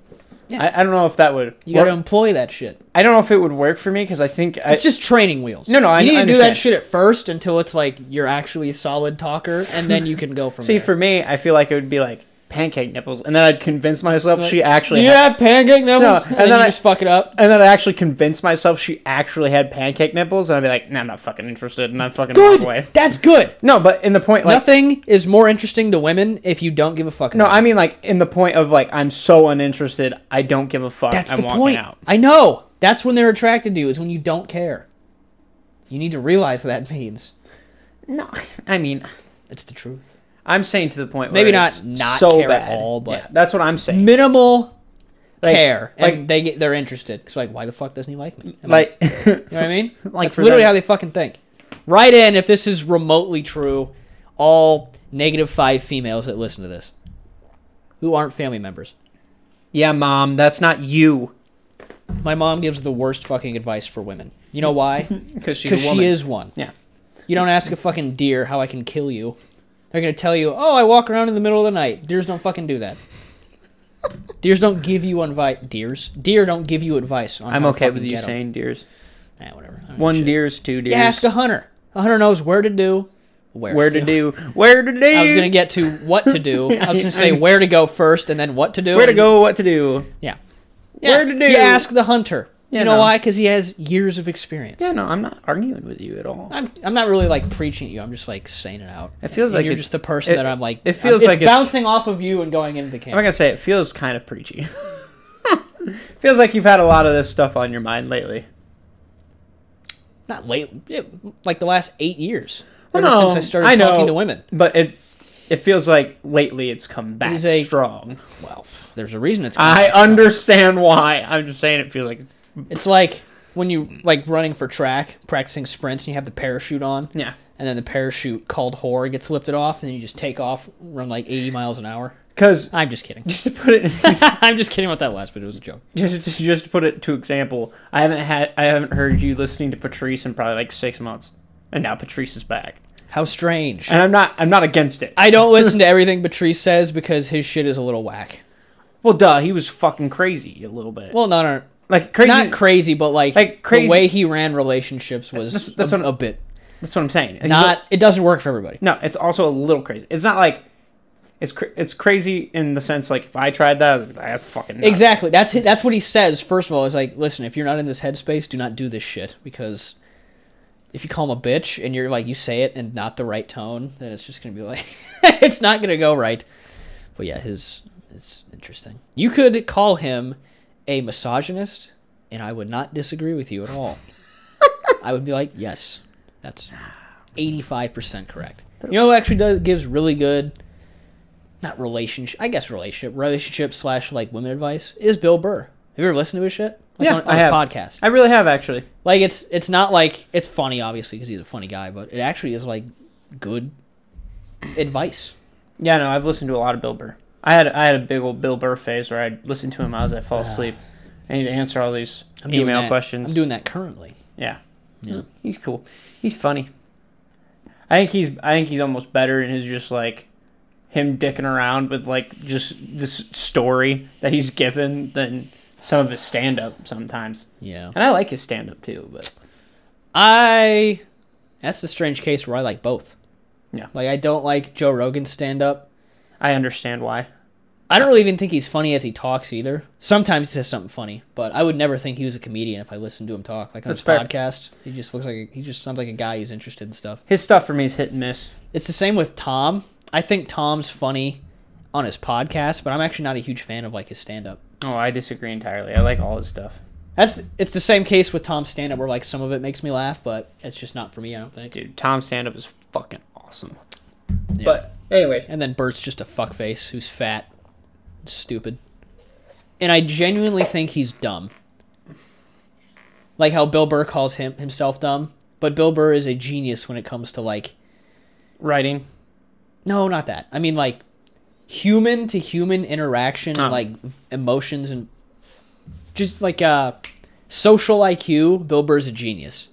[SPEAKER 2] Yeah.
[SPEAKER 1] I, I don't know if that would.
[SPEAKER 2] You gotta
[SPEAKER 1] work-
[SPEAKER 2] employ that shit.
[SPEAKER 1] I don't know if it would work for me because I think I,
[SPEAKER 2] It's just training wheels.
[SPEAKER 1] No, no,
[SPEAKER 2] you
[SPEAKER 1] I-
[SPEAKER 2] need to
[SPEAKER 1] I
[SPEAKER 2] do that
[SPEAKER 1] understand.
[SPEAKER 2] shit at first until it's like you're actually a solid talker, and then you can go from
[SPEAKER 1] see
[SPEAKER 2] there.
[SPEAKER 1] for me, I feel like it would be like pancake nipples, and then I'd convince myself she actually.
[SPEAKER 2] do you
[SPEAKER 1] had-
[SPEAKER 2] have pancake nipples,
[SPEAKER 1] No,
[SPEAKER 2] and,
[SPEAKER 1] and
[SPEAKER 2] then,
[SPEAKER 1] then
[SPEAKER 2] you
[SPEAKER 1] I-
[SPEAKER 2] just fuck it up.
[SPEAKER 1] and then I actually convince myself she actually had pancake nipples, and I'd be like, "Nah, I'm not fucking interested," and I'm fucking walk away.
[SPEAKER 2] Good, that's good.
[SPEAKER 1] No, but in the point, like,
[SPEAKER 2] Nothing is more interesting to women if you don't give a fuck.
[SPEAKER 1] no,
[SPEAKER 2] about it.
[SPEAKER 1] I mean, like, in the point of like, I'm so uninterested, I don't give a fuck.
[SPEAKER 2] That's
[SPEAKER 1] I'm
[SPEAKER 2] the
[SPEAKER 1] walking
[SPEAKER 2] point.
[SPEAKER 1] out.
[SPEAKER 2] I know. That's when they're attracted to you. Is when you don't care. You need to realize what that means.
[SPEAKER 1] No, I mean,
[SPEAKER 2] It's the truth.
[SPEAKER 1] I'm saying to the point where
[SPEAKER 2] Maybe not
[SPEAKER 1] it's
[SPEAKER 2] not
[SPEAKER 1] so
[SPEAKER 2] care at
[SPEAKER 1] bad.
[SPEAKER 2] all, but-
[SPEAKER 1] Yeah, that's what I'm saying.
[SPEAKER 2] Minimal
[SPEAKER 1] Like-
[SPEAKER 2] care, and
[SPEAKER 1] like-
[SPEAKER 2] they get they're interested. It's like, why the fuck doesn't he like me? Am I-
[SPEAKER 1] Like,
[SPEAKER 2] you know what I mean?
[SPEAKER 1] Like,
[SPEAKER 2] That's
[SPEAKER 1] for
[SPEAKER 2] literally
[SPEAKER 1] them-
[SPEAKER 2] how they fucking think. Write in if this is remotely true. All negative five females that listen to this, who aren't family members.
[SPEAKER 1] yeah, mom, that's not you
[SPEAKER 2] My mom gives the worst fucking advice for women. You know why?
[SPEAKER 1] because she's
[SPEAKER 2] Because
[SPEAKER 1] a woman.
[SPEAKER 2] she is one.
[SPEAKER 1] Yeah,
[SPEAKER 2] You don't ask a fucking deer how I can kill you. They're gonna tell you, "Oh, I walk around in the middle of the night." Deers don't fucking do that. Deers don't give you advice. Deers, deer don't give you advice. On
[SPEAKER 1] I'm
[SPEAKER 2] how to
[SPEAKER 1] okay
[SPEAKER 2] fucking
[SPEAKER 1] with you
[SPEAKER 2] get 'em.
[SPEAKER 1] saying deers.
[SPEAKER 2] Eh, whatever. I don't give a
[SPEAKER 1] One
[SPEAKER 2] shit.
[SPEAKER 1] deer's two deers.
[SPEAKER 2] You ask a hunter. A hunter knows where to do, where,
[SPEAKER 1] where to do? Where to do?
[SPEAKER 2] I was gonna get to what to do. I was gonna say where to go first, and then what to do.
[SPEAKER 1] where to
[SPEAKER 2] and-
[SPEAKER 1] go? What to do?
[SPEAKER 2] Yeah.
[SPEAKER 1] Where to do?
[SPEAKER 2] You ask the hunter.
[SPEAKER 1] Yeah,
[SPEAKER 2] you know
[SPEAKER 1] no.
[SPEAKER 2] why? Because he has years of experience.
[SPEAKER 1] Yeah, no, I'm not arguing with you at all.
[SPEAKER 2] I'm, I'm not really like preaching at you. I'm just like saying it out.
[SPEAKER 1] It feels
[SPEAKER 2] And
[SPEAKER 1] like
[SPEAKER 2] you're
[SPEAKER 1] it-
[SPEAKER 2] just the person
[SPEAKER 1] it-
[SPEAKER 2] that I'm like.
[SPEAKER 1] it feels
[SPEAKER 2] I'm,
[SPEAKER 1] like
[SPEAKER 2] it's
[SPEAKER 1] it's-
[SPEAKER 2] bouncing off of you and going into the
[SPEAKER 1] I'm not
[SPEAKER 2] camera.
[SPEAKER 1] gonna say it feels kind of preachy. feels like you've had a lot of this stuff on your mind lately.
[SPEAKER 2] Not late, yeah, like the last eight years.
[SPEAKER 1] Well,
[SPEAKER 2] ever
[SPEAKER 1] no,
[SPEAKER 2] since I started
[SPEAKER 1] I know.
[SPEAKER 2] talking to women.
[SPEAKER 1] But it it feels like lately it's come back
[SPEAKER 2] is a-
[SPEAKER 1] strong.
[SPEAKER 2] Well, there's a reason it's.
[SPEAKER 1] I understand why. I'm just saying it feels like
[SPEAKER 2] It's like when you like running for track, practicing sprints, and you have the parachute on.
[SPEAKER 1] yeah.
[SPEAKER 2] and then the parachute called whore gets lifted off, and then you just take off, run like 80 miles an hour.
[SPEAKER 1] Because
[SPEAKER 2] I'm just kidding.
[SPEAKER 1] just to put it
[SPEAKER 2] I'm just kidding about that last bit. It was a joke.
[SPEAKER 1] just, just just to put it to example, I haven't had I haven't heard you listening to Patrice in probably like six months, and now Patrice is back,
[SPEAKER 2] How strange.
[SPEAKER 1] and I'm not I'm not against it.
[SPEAKER 2] I don't listen to everything Patrice says because his shit is a little whack.
[SPEAKER 1] well, duh, he was fucking crazy a little bit.
[SPEAKER 2] Well, no, no,
[SPEAKER 1] like crazy.
[SPEAKER 2] not crazy, but like,
[SPEAKER 1] Like, crazy-
[SPEAKER 2] the way he ran relationships was
[SPEAKER 1] That's- that's
[SPEAKER 2] a,
[SPEAKER 1] what-
[SPEAKER 2] a bit
[SPEAKER 1] that's what I'm saying. He's
[SPEAKER 2] not. It doesn't work for everybody.
[SPEAKER 1] No, it's also a little crazy. It's not like it's cr- it's crazy in the sense like if I tried that, I'd be like, that's fucking nuts."
[SPEAKER 2] Exactly. That's that's what he says. First of all, is like, listen, if you're not in this headspace, do not do this shit because if you call him a bitch and you're like you say it in not the right tone, then it's just gonna be like it's not gonna go right. But yeah, his it's interesting. You could call him a misogynist, and I would not disagree with you at all. I would be like, yes, that's eighty-five percent correct. You know, who actually does gives really good not relationship. I guess relationship, relationship slash like women advice is Bill Burr. Have you ever listened to his shit? Like
[SPEAKER 1] Yeah,
[SPEAKER 2] on, on
[SPEAKER 1] I
[SPEAKER 2] his
[SPEAKER 1] have.
[SPEAKER 2] podcast.
[SPEAKER 1] I really have actually.
[SPEAKER 2] Like it's it's not like it's funny obviously because he's a funny guy, but it actually is like good advice.
[SPEAKER 1] Yeah, no, I've listened to a lot of Bill Burr. I had I had a big old Bill Burr phase where I'd listen to him as I fall asleep. I need to answer all these
[SPEAKER 2] Ah. I'm doing
[SPEAKER 1] email
[SPEAKER 2] that-
[SPEAKER 1] questions.
[SPEAKER 2] I'm doing that currently.
[SPEAKER 1] yeah.
[SPEAKER 2] Yeah.
[SPEAKER 1] He's cool. He's funny. I think he's I think he's almost better in his just like him dicking around with like just this story that he's given than some of his stand up sometimes.
[SPEAKER 2] Yeah.
[SPEAKER 1] And I like his stand up too, but
[SPEAKER 2] I that's the strange case where I like both.
[SPEAKER 1] Yeah.
[SPEAKER 2] Like I don't like Joe Rogan's stand up.
[SPEAKER 1] I understand why.
[SPEAKER 2] I don't really even think he's funny as he talks either. Sometimes he says something funny, but I would never think he was a comedian if I listened to him talk. Like on
[SPEAKER 1] That's
[SPEAKER 2] his
[SPEAKER 1] fair.
[SPEAKER 2] podcast, he just looks like a, he just sounds like a guy who's interested in stuff.
[SPEAKER 1] His stuff for me is hit and miss.
[SPEAKER 2] It's the same with Tom. I think Tom's funny on his podcast, but I'm actually not a huge fan of like his stand up.
[SPEAKER 1] Oh, I disagree entirely. I like all his stuff.
[SPEAKER 2] That's the, it's the same case with Tom's stand up where like some of it makes me laugh, but it's just not for me, I don't think.
[SPEAKER 1] Dude, Tom's stand up is fucking awesome. But anyway,
[SPEAKER 2] And then Bert's just a fuckface who's fat, stupid. And I genuinely think he's dumb. Like how Bill Burr calls him himself dumb, but Bill Burr is a genius when it comes to like
[SPEAKER 1] writing.
[SPEAKER 2] No, not that. I mean, like human to human interaction,
[SPEAKER 1] Oh.
[SPEAKER 2] and like emotions, and just like uh, social IQ. Bill Burr's a genius.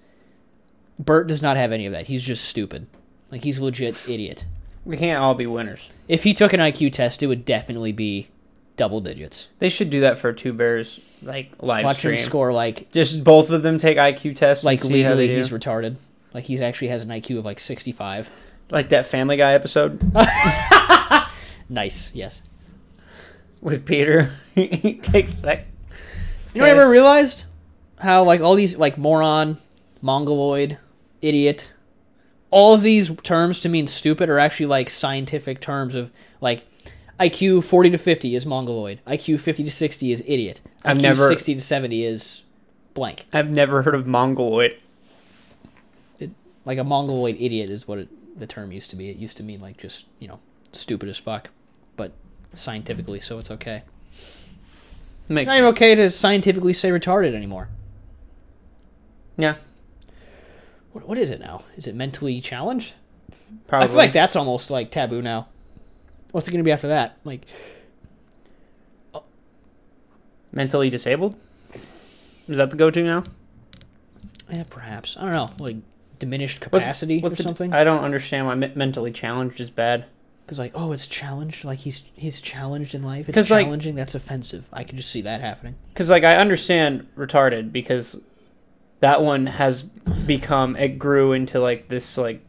[SPEAKER 2] Bert does not have any of that. He's just stupid. Like he's a legit idiot.
[SPEAKER 1] We can't all be winners.
[SPEAKER 2] If he took an IQ test, it would definitely be double digits.
[SPEAKER 1] They should do that for Two Bears like live
[SPEAKER 2] Watch
[SPEAKER 1] stream.
[SPEAKER 2] him score like
[SPEAKER 1] Just both of them take IQ tests. Like
[SPEAKER 2] like
[SPEAKER 1] and see how they
[SPEAKER 2] legally
[SPEAKER 1] do.
[SPEAKER 2] he's retarded. Like he's actually has an IQ of like sixty five.
[SPEAKER 1] like that Family Guy episode
[SPEAKER 2] Nice. Yes.
[SPEAKER 1] with Peter. he takes that.
[SPEAKER 2] You know, what I ever realized how like all these like moron, mongoloid, idiot, all of these terms to mean stupid are actually like scientific terms of like IQ forty to fifty is mongoloid, IQ fifty to sixty is idiot, IQ
[SPEAKER 1] I've never-
[SPEAKER 2] sixty to seventy is blank.
[SPEAKER 1] I've never heard of mongoloid.
[SPEAKER 2] Like a mongoloid idiot is what it, the term used to be. It used to mean like just you know stupid as fuck, but scientifically, so it's okay. It's
[SPEAKER 1] Makes
[SPEAKER 2] not even okay to scientifically say retarded anymore.
[SPEAKER 1] yeah,
[SPEAKER 2] What, what is it now? Is it mentally challenged?
[SPEAKER 1] probably.
[SPEAKER 2] I feel like that's almost like taboo now. What's it gonna be after that? Like,
[SPEAKER 1] mentally disabled. Is that the go-to now?
[SPEAKER 2] eh, perhaps I don't know, like diminished
[SPEAKER 1] What's-
[SPEAKER 2] capacity
[SPEAKER 1] what's
[SPEAKER 2] or
[SPEAKER 1] the-
[SPEAKER 2] something.
[SPEAKER 1] I don't understand why me- mentally challenged is bad.
[SPEAKER 2] Because like, oh, it's challenged. Like he's he's challenged in life. It's
[SPEAKER 1] 'Cause, like-
[SPEAKER 2] challenging. that's offensive. I can just see that happening.
[SPEAKER 1] Because like I understand retarded because that one has become it grew into like this like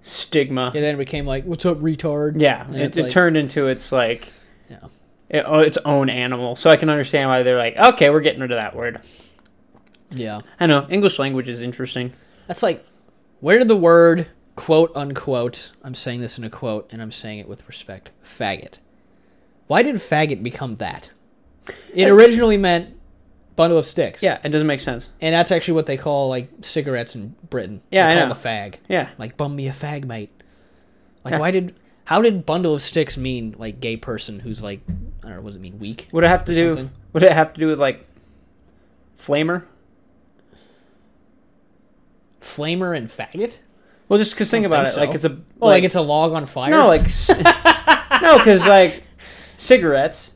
[SPEAKER 1] stigma.
[SPEAKER 2] And then it became like, "What's up, retard?"
[SPEAKER 1] Yeah,
[SPEAKER 2] And
[SPEAKER 1] it,
[SPEAKER 2] it's
[SPEAKER 1] it
[SPEAKER 2] like-
[SPEAKER 1] turned into its like
[SPEAKER 2] Yeah.
[SPEAKER 1] it, oh, its own animal. So I can understand why they're like, okay, we're getting rid of that word.
[SPEAKER 2] Yeah.
[SPEAKER 1] I know English language is interesting.
[SPEAKER 2] That's like, where did the word "quote unquote"? I'm saying this in a quote, and I'm saying it with respect. Faggot. Why did faggot become that? It originally meant bundle of sticks.
[SPEAKER 1] Yeah, it doesn't make sense.
[SPEAKER 2] And that's actually what they call like cigarettes in Britain.
[SPEAKER 1] Yeah,
[SPEAKER 2] they
[SPEAKER 1] I
[SPEAKER 2] call
[SPEAKER 1] know.
[SPEAKER 2] them a fag.
[SPEAKER 1] Yeah,
[SPEAKER 2] Like bum me a fag, mate. Like
[SPEAKER 1] Yeah.
[SPEAKER 2] why did how did bundle of sticks mean like gay person who's like I don't know, what does it mean weak?
[SPEAKER 1] would it have to
[SPEAKER 2] Or
[SPEAKER 1] do?
[SPEAKER 2] something.
[SPEAKER 1] Would it have to do with like flamer?
[SPEAKER 2] Flamer and faggot?
[SPEAKER 1] Well, just because think
[SPEAKER 2] Don't
[SPEAKER 1] about it, like
[SPEAKER 2] think so.
[SPEAKER 1] it's a
[SPEAKER 2] Oh, like, it's a log on fire.
[SPEAKER 1] no like c- no because like cigarettes,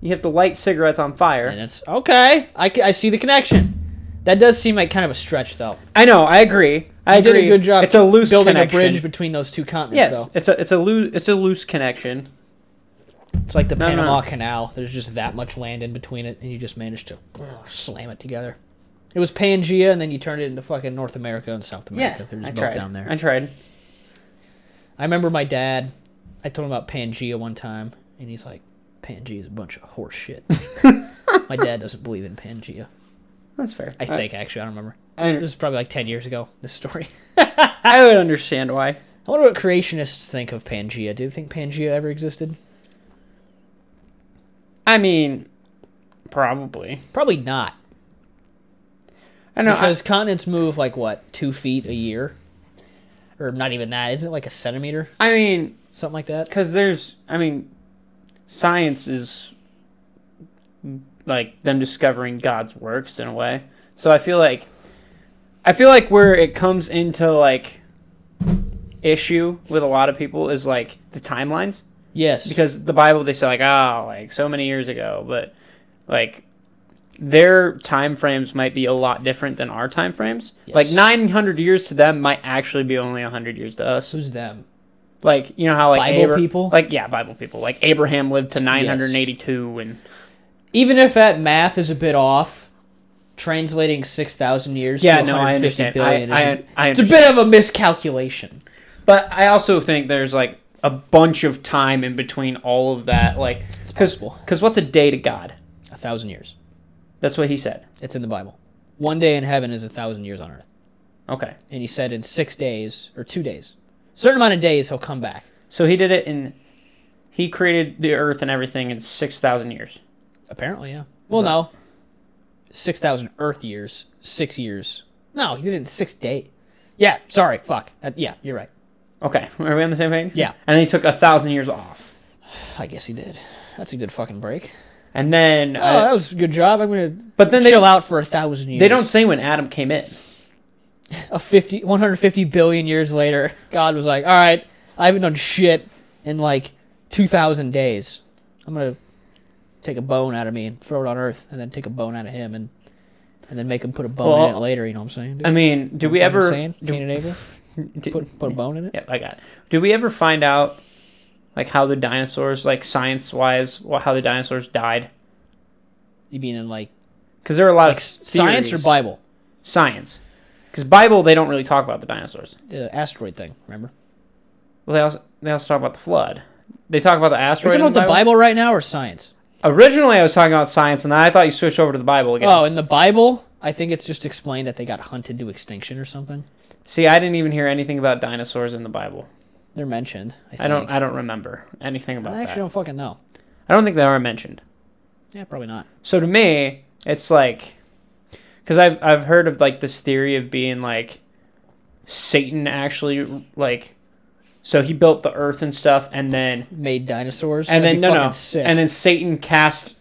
[SPEAKER 1] you have to light cigarettes on
[SPEAKER 2] and
[SPEAKER 1] fire.
[SPEAKER 2] it's okay. I, ca- I see the connection. That does seem like kind of a stretch though.
[SPEAKER 1] I know, I agree. I
[SPEAKER 2] You
[SPEAKER 1] agree.
[SPEAKER 2] did a good job.
[SPEAKER 1] It's a loose
[SPEAKER 2] building
[SPEAKER 1] connection.
[SPEAKER 2] a bridge between those two continents.
[SPEAKER 1] yes,
[SPEAKER 2] though.
[SPEAKER 1] it's a it's a loose it's a loose connection.
[SPEAKER 2] it's like the
[SPEAKER 1] No, no,
[SPEAKER 2] Panama
[SPEAKER 1] no.
[SPEAKER 2] Canal. There's just that much land in between it, and you just managed to ugh, slam it together. It was Pangea, and then you turned it into fucking North America and South America. They're just
[SPEAKER 1] I
[SPEAKER 2] both
[SPEAKER 1] tried.
[SPEAKER 2] down there.
[SPEAKER 1] I tried.
[SPEAKER 2] I remember my dad. I told him about Pangea one time, and he's like, "Pangea is a bunch of horse shit." my dad doesn't believe in Pangea.
[SPEAKER 1] That's fair.
[SPEAKER 2] I think actually, I don't remember.
[SPEAKER 1] I,
[SPEAKER 2] This is probably like ten years ago. This story.
[SPEAKER 1] I would understand why.
[SPEAKER 2] I wonder what creationists think of Pangea. Do you think Pangea ever existed?
[SPEAKER 1] I mean, probably.
[SPEAKER 2] Probably not,
[SPEAKER 1] I know. I-
[SPEAKER 2] because continents move like what two feet a year, or not even that. Isn't it like a centimeter,
[SPEAKER 1] I mean,
[SPEAKER 2] something like that?
[SPEAKER 1] because there's. I mean, science is like them discovering God's works in a way. So I feel like, I feel like where it comes into like issue with a lot of people is like the timelines.
[SPEAKER 2] Yes.
[SPEAKER 1] because the Bible they say like ah like so many years ago, but like their time frames might be a lot different than our time frames.
[SPEAKER 2] Yes.
[SPEAKER 1] Like 900 years to them might actually be only 100 years to us.
[SPEAKER 2] who's them?
[SPEAKER 1] Like you know how like
[SPEAKER 2] Bible people?
[SPEAKER 1] like yeah Bible people like Abraham lived to 982 and
[SPEAKER 2] Even if that math is a bit off, translating six thousand years.
[SPEAKER 1] yeah
[SPEAKER 2] to
[SPEAKER 1] no I
[SPEAKER 2] 150
[SPEAKER 1] understand I
[SPEAKER 2] billion
[SPEAKER 1] I,
[SPEAKER 2] isn't-
[SPEAKER 1] I
[SPEAKER 2] It's a
[SPEAKER 1] understand.
[SPEAKER 2] bit of a miscalculation.
[SPEAKER 1] But I also think there's like a bunch of time in between all of that like because
[SPEAKER 2] possible.
[SPEAKER 1] because what's a day to God?
[SPEAKER 2] A thousand years.
[SPEAKER 1] That's what he said.
[SPEAKER 2] It's in the Bible. One day in heaven is a thousand years on earth.
[SPEAKER 1] Okay.
[SPEAKER 2] And he said in six days or two days, certain amount of days he'll come back.
[SPEAKER 1] So he did it in. He created the earth and everything in 6,000 years.
[SPEAKER 2] Apparently, yeah. Well,
[SPEAKER 1] that-
[SPEAKER 2] no. Six thousand Earth years. Six years. No, he did it in six days. Yeah. Sorry. Fuck. Uh, yeah, you're right.
[SPEAKER 1] Okay. Are we on the same page?
[SPEAKER 2] Yeah.
[SPEAKER 1] And then he took a 1,000 years off.
[SPEAKER 2] I guess he did. That's a good fucking break.
[SPEAKER 1] And then.
[SPEAKER 2] oh,
[SPEAKER 1] uh,
[SPEAKER 2] that was a good job. I'm gonna.
[SPEAKER 1] but then they,
[SPEAKER 2] chill out for a thousand years.
[SPEAKER 1] they don't say when Adam came in.
[SPEAKER 2] a 50 150 billion years later god was like all right i haven't done shit in like 2000 days i'm gonna take a bone out of me and throw it on earth and then take a bone out of him and and then make him put a bone in
[SPEAKER 1] Well,
[SPEAKER 2] it later you know what i'm saying dude?
[SPEAKER 1] I mean, do we
[SPEAKER 2] Fucking
[SPEAKER 1] ever.
[SPEAKER 2] saying?
[SPEAKER 1] do-
[SPEAKER 2] Cain and Abel?
[SPEAKER 1] do-
[SPEAKER 2] put, put a bone in it
[SPEAKER 1] yeah, I got it. Do we ever find out, like, how the dinosaurs, like, science wise, how the dinosaurs died?
[SPEAKER 2] you mean in like,
[SPEAKER 1] Because there are a lot
[SPEAKER 2] like
[SPEAKER 1] of.
[SPEAKER 2] s- science or
[SPEAKER 1] theories.
[SPEAKER 2] bible
[SPEAKER 1] Science. Because Bible, they don't really talk about the dinosaurs.
[SPEAKER 2] the asteroid thing remember
[SPEAKER 1] Well, they also, they also talk about the flood. They talk about the
[SPEAKER 2] are you
[SPEAKER 1] asteroid.
[SPEAKER 2] talking
[SPEAKER 1] in
[SPEAKER 2] about the
[SPEAKER 1] the Bible?
[SPEAKER 2] bible right now or science
[SPEAKER 1] Originally, I was talking about science, and then I thought you switched over to the Bible again.
[SPEAKER 2] oh in the bible i think it's just explained that they got hunted to extinction or something
[SPEAKER 1] See, I didn't even hear anything about dinosaurs in the Bible.
[SPEAKER 2] they're mentioned i, think.
[SPEAKER 1] I don't. I don't remember anything about
[SPEAKER 2] I actually
[SPEAKER 1] that.
[SPEAKER 2] don't fucking know
[SPEAKER 1] I don't think they are mentioned.
[SPEAKER 2] yeah probably not
[SPEAKER 1] So to me, it's like, because I've I've heard of like this theory of being like, Satan actually like, so he built the earth and stuff, and then
[SPEAKER 2] made dinosaurs.
[SPEAKER 1] and
[SPEAKER 2] That'd
[SPEAKER 1] then no
[SPEAKER 2] be
[SPEAKER 1] no,
[SPEAKER 2] fucking sick.
[SPEAKER 1] and then Satan cast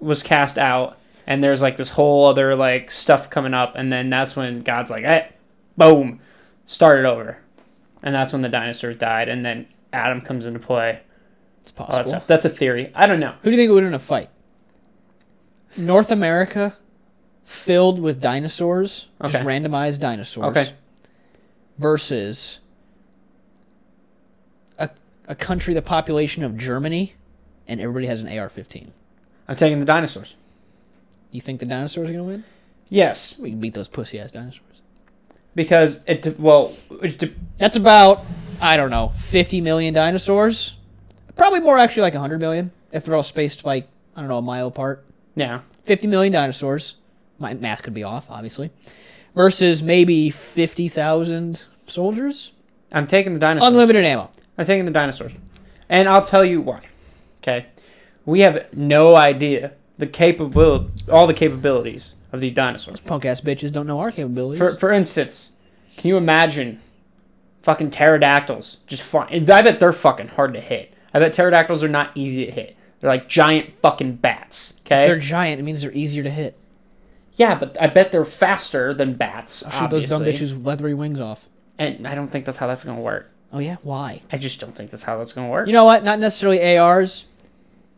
[SPEAKER 1] was cast out, and there's like this whole other like stuff coming up, and then that's when God's like, hey, boom, start it over, and that's when the dinosaurs died, and then Adam comes into play.
[SPEAKER 2] it's
[SPEAKER 1] All that
[SPEAKER 2] possible.
[SPEAKER 1] stuff. Oh, That's a theory. I don't know.
[SPEAKER 2] Who do you think would win in a fight? North America, filled with dinosaurs, just
[SPEAKER 1] Okay.
[SPEAKER 2] randomized dinosaurs.
[SPEAKER 1] Okay.
[SPEAKER 2] Versus a a country the population of Germany, and everybody has an AR-15.
[SPEAKER 1] I'm taking the dinosaurs.
[SPEAKER 2] You think the dinosaurs are gonna win?
[SPEAKER 1] Yes,
[SPEAKER 2] We can beat those pussy ass dinosaurs.
[SPEAKER 1] because it de- well, it de-
[SPEAKER 2] That's about I don't know, fifty million dinosaurs. Probably more actually like hundred million if they're all spaced like I don't know a mile apart.
[SPEAKER 1] yeah,
[SPEAKER 2] 50 million dinosaurs. My math could be off, obviously. Versus maybe 50,000 soldiers.
[SPEAKER 1] I'm taking the dinosaurs.
[SPEAKER 2] Unlimited ammo.
[SPEAKER 1] I'm taking the dinosaurs, and I'll tell you why. Okay, we have no idea the capable all the capabilities of these dinosaurs.
[SPEAKER 2] Punk ass bitches don't know our capabilities.
[SPEAKER 1] For for instance, can you imagine fucking pterodactyls just flying? I bet they're fucking hard to hit. I bet pterodactyls are not easy to hit. They're like giant fucking bats. Okay.
[SPEAKER 2] if they're giant, it means they're easier to hit.
[SPEAKER 1] Yeah, but I bet they're faster than bats.
[SPEAKER 2] I'll shoot those dumb
[SPEAKER 1] obviously.
[SPEAKER 2] bitches with leathery wings off.
[SPEAKER 1] And I don't think that's how that's gonna work.
[SPEAKER 2] Oh, yeah? Why?
[SPEAKER 1] I just don't think that's how that's gonna work.
[SPEAKER 2] You know what? Not necessarily ARs.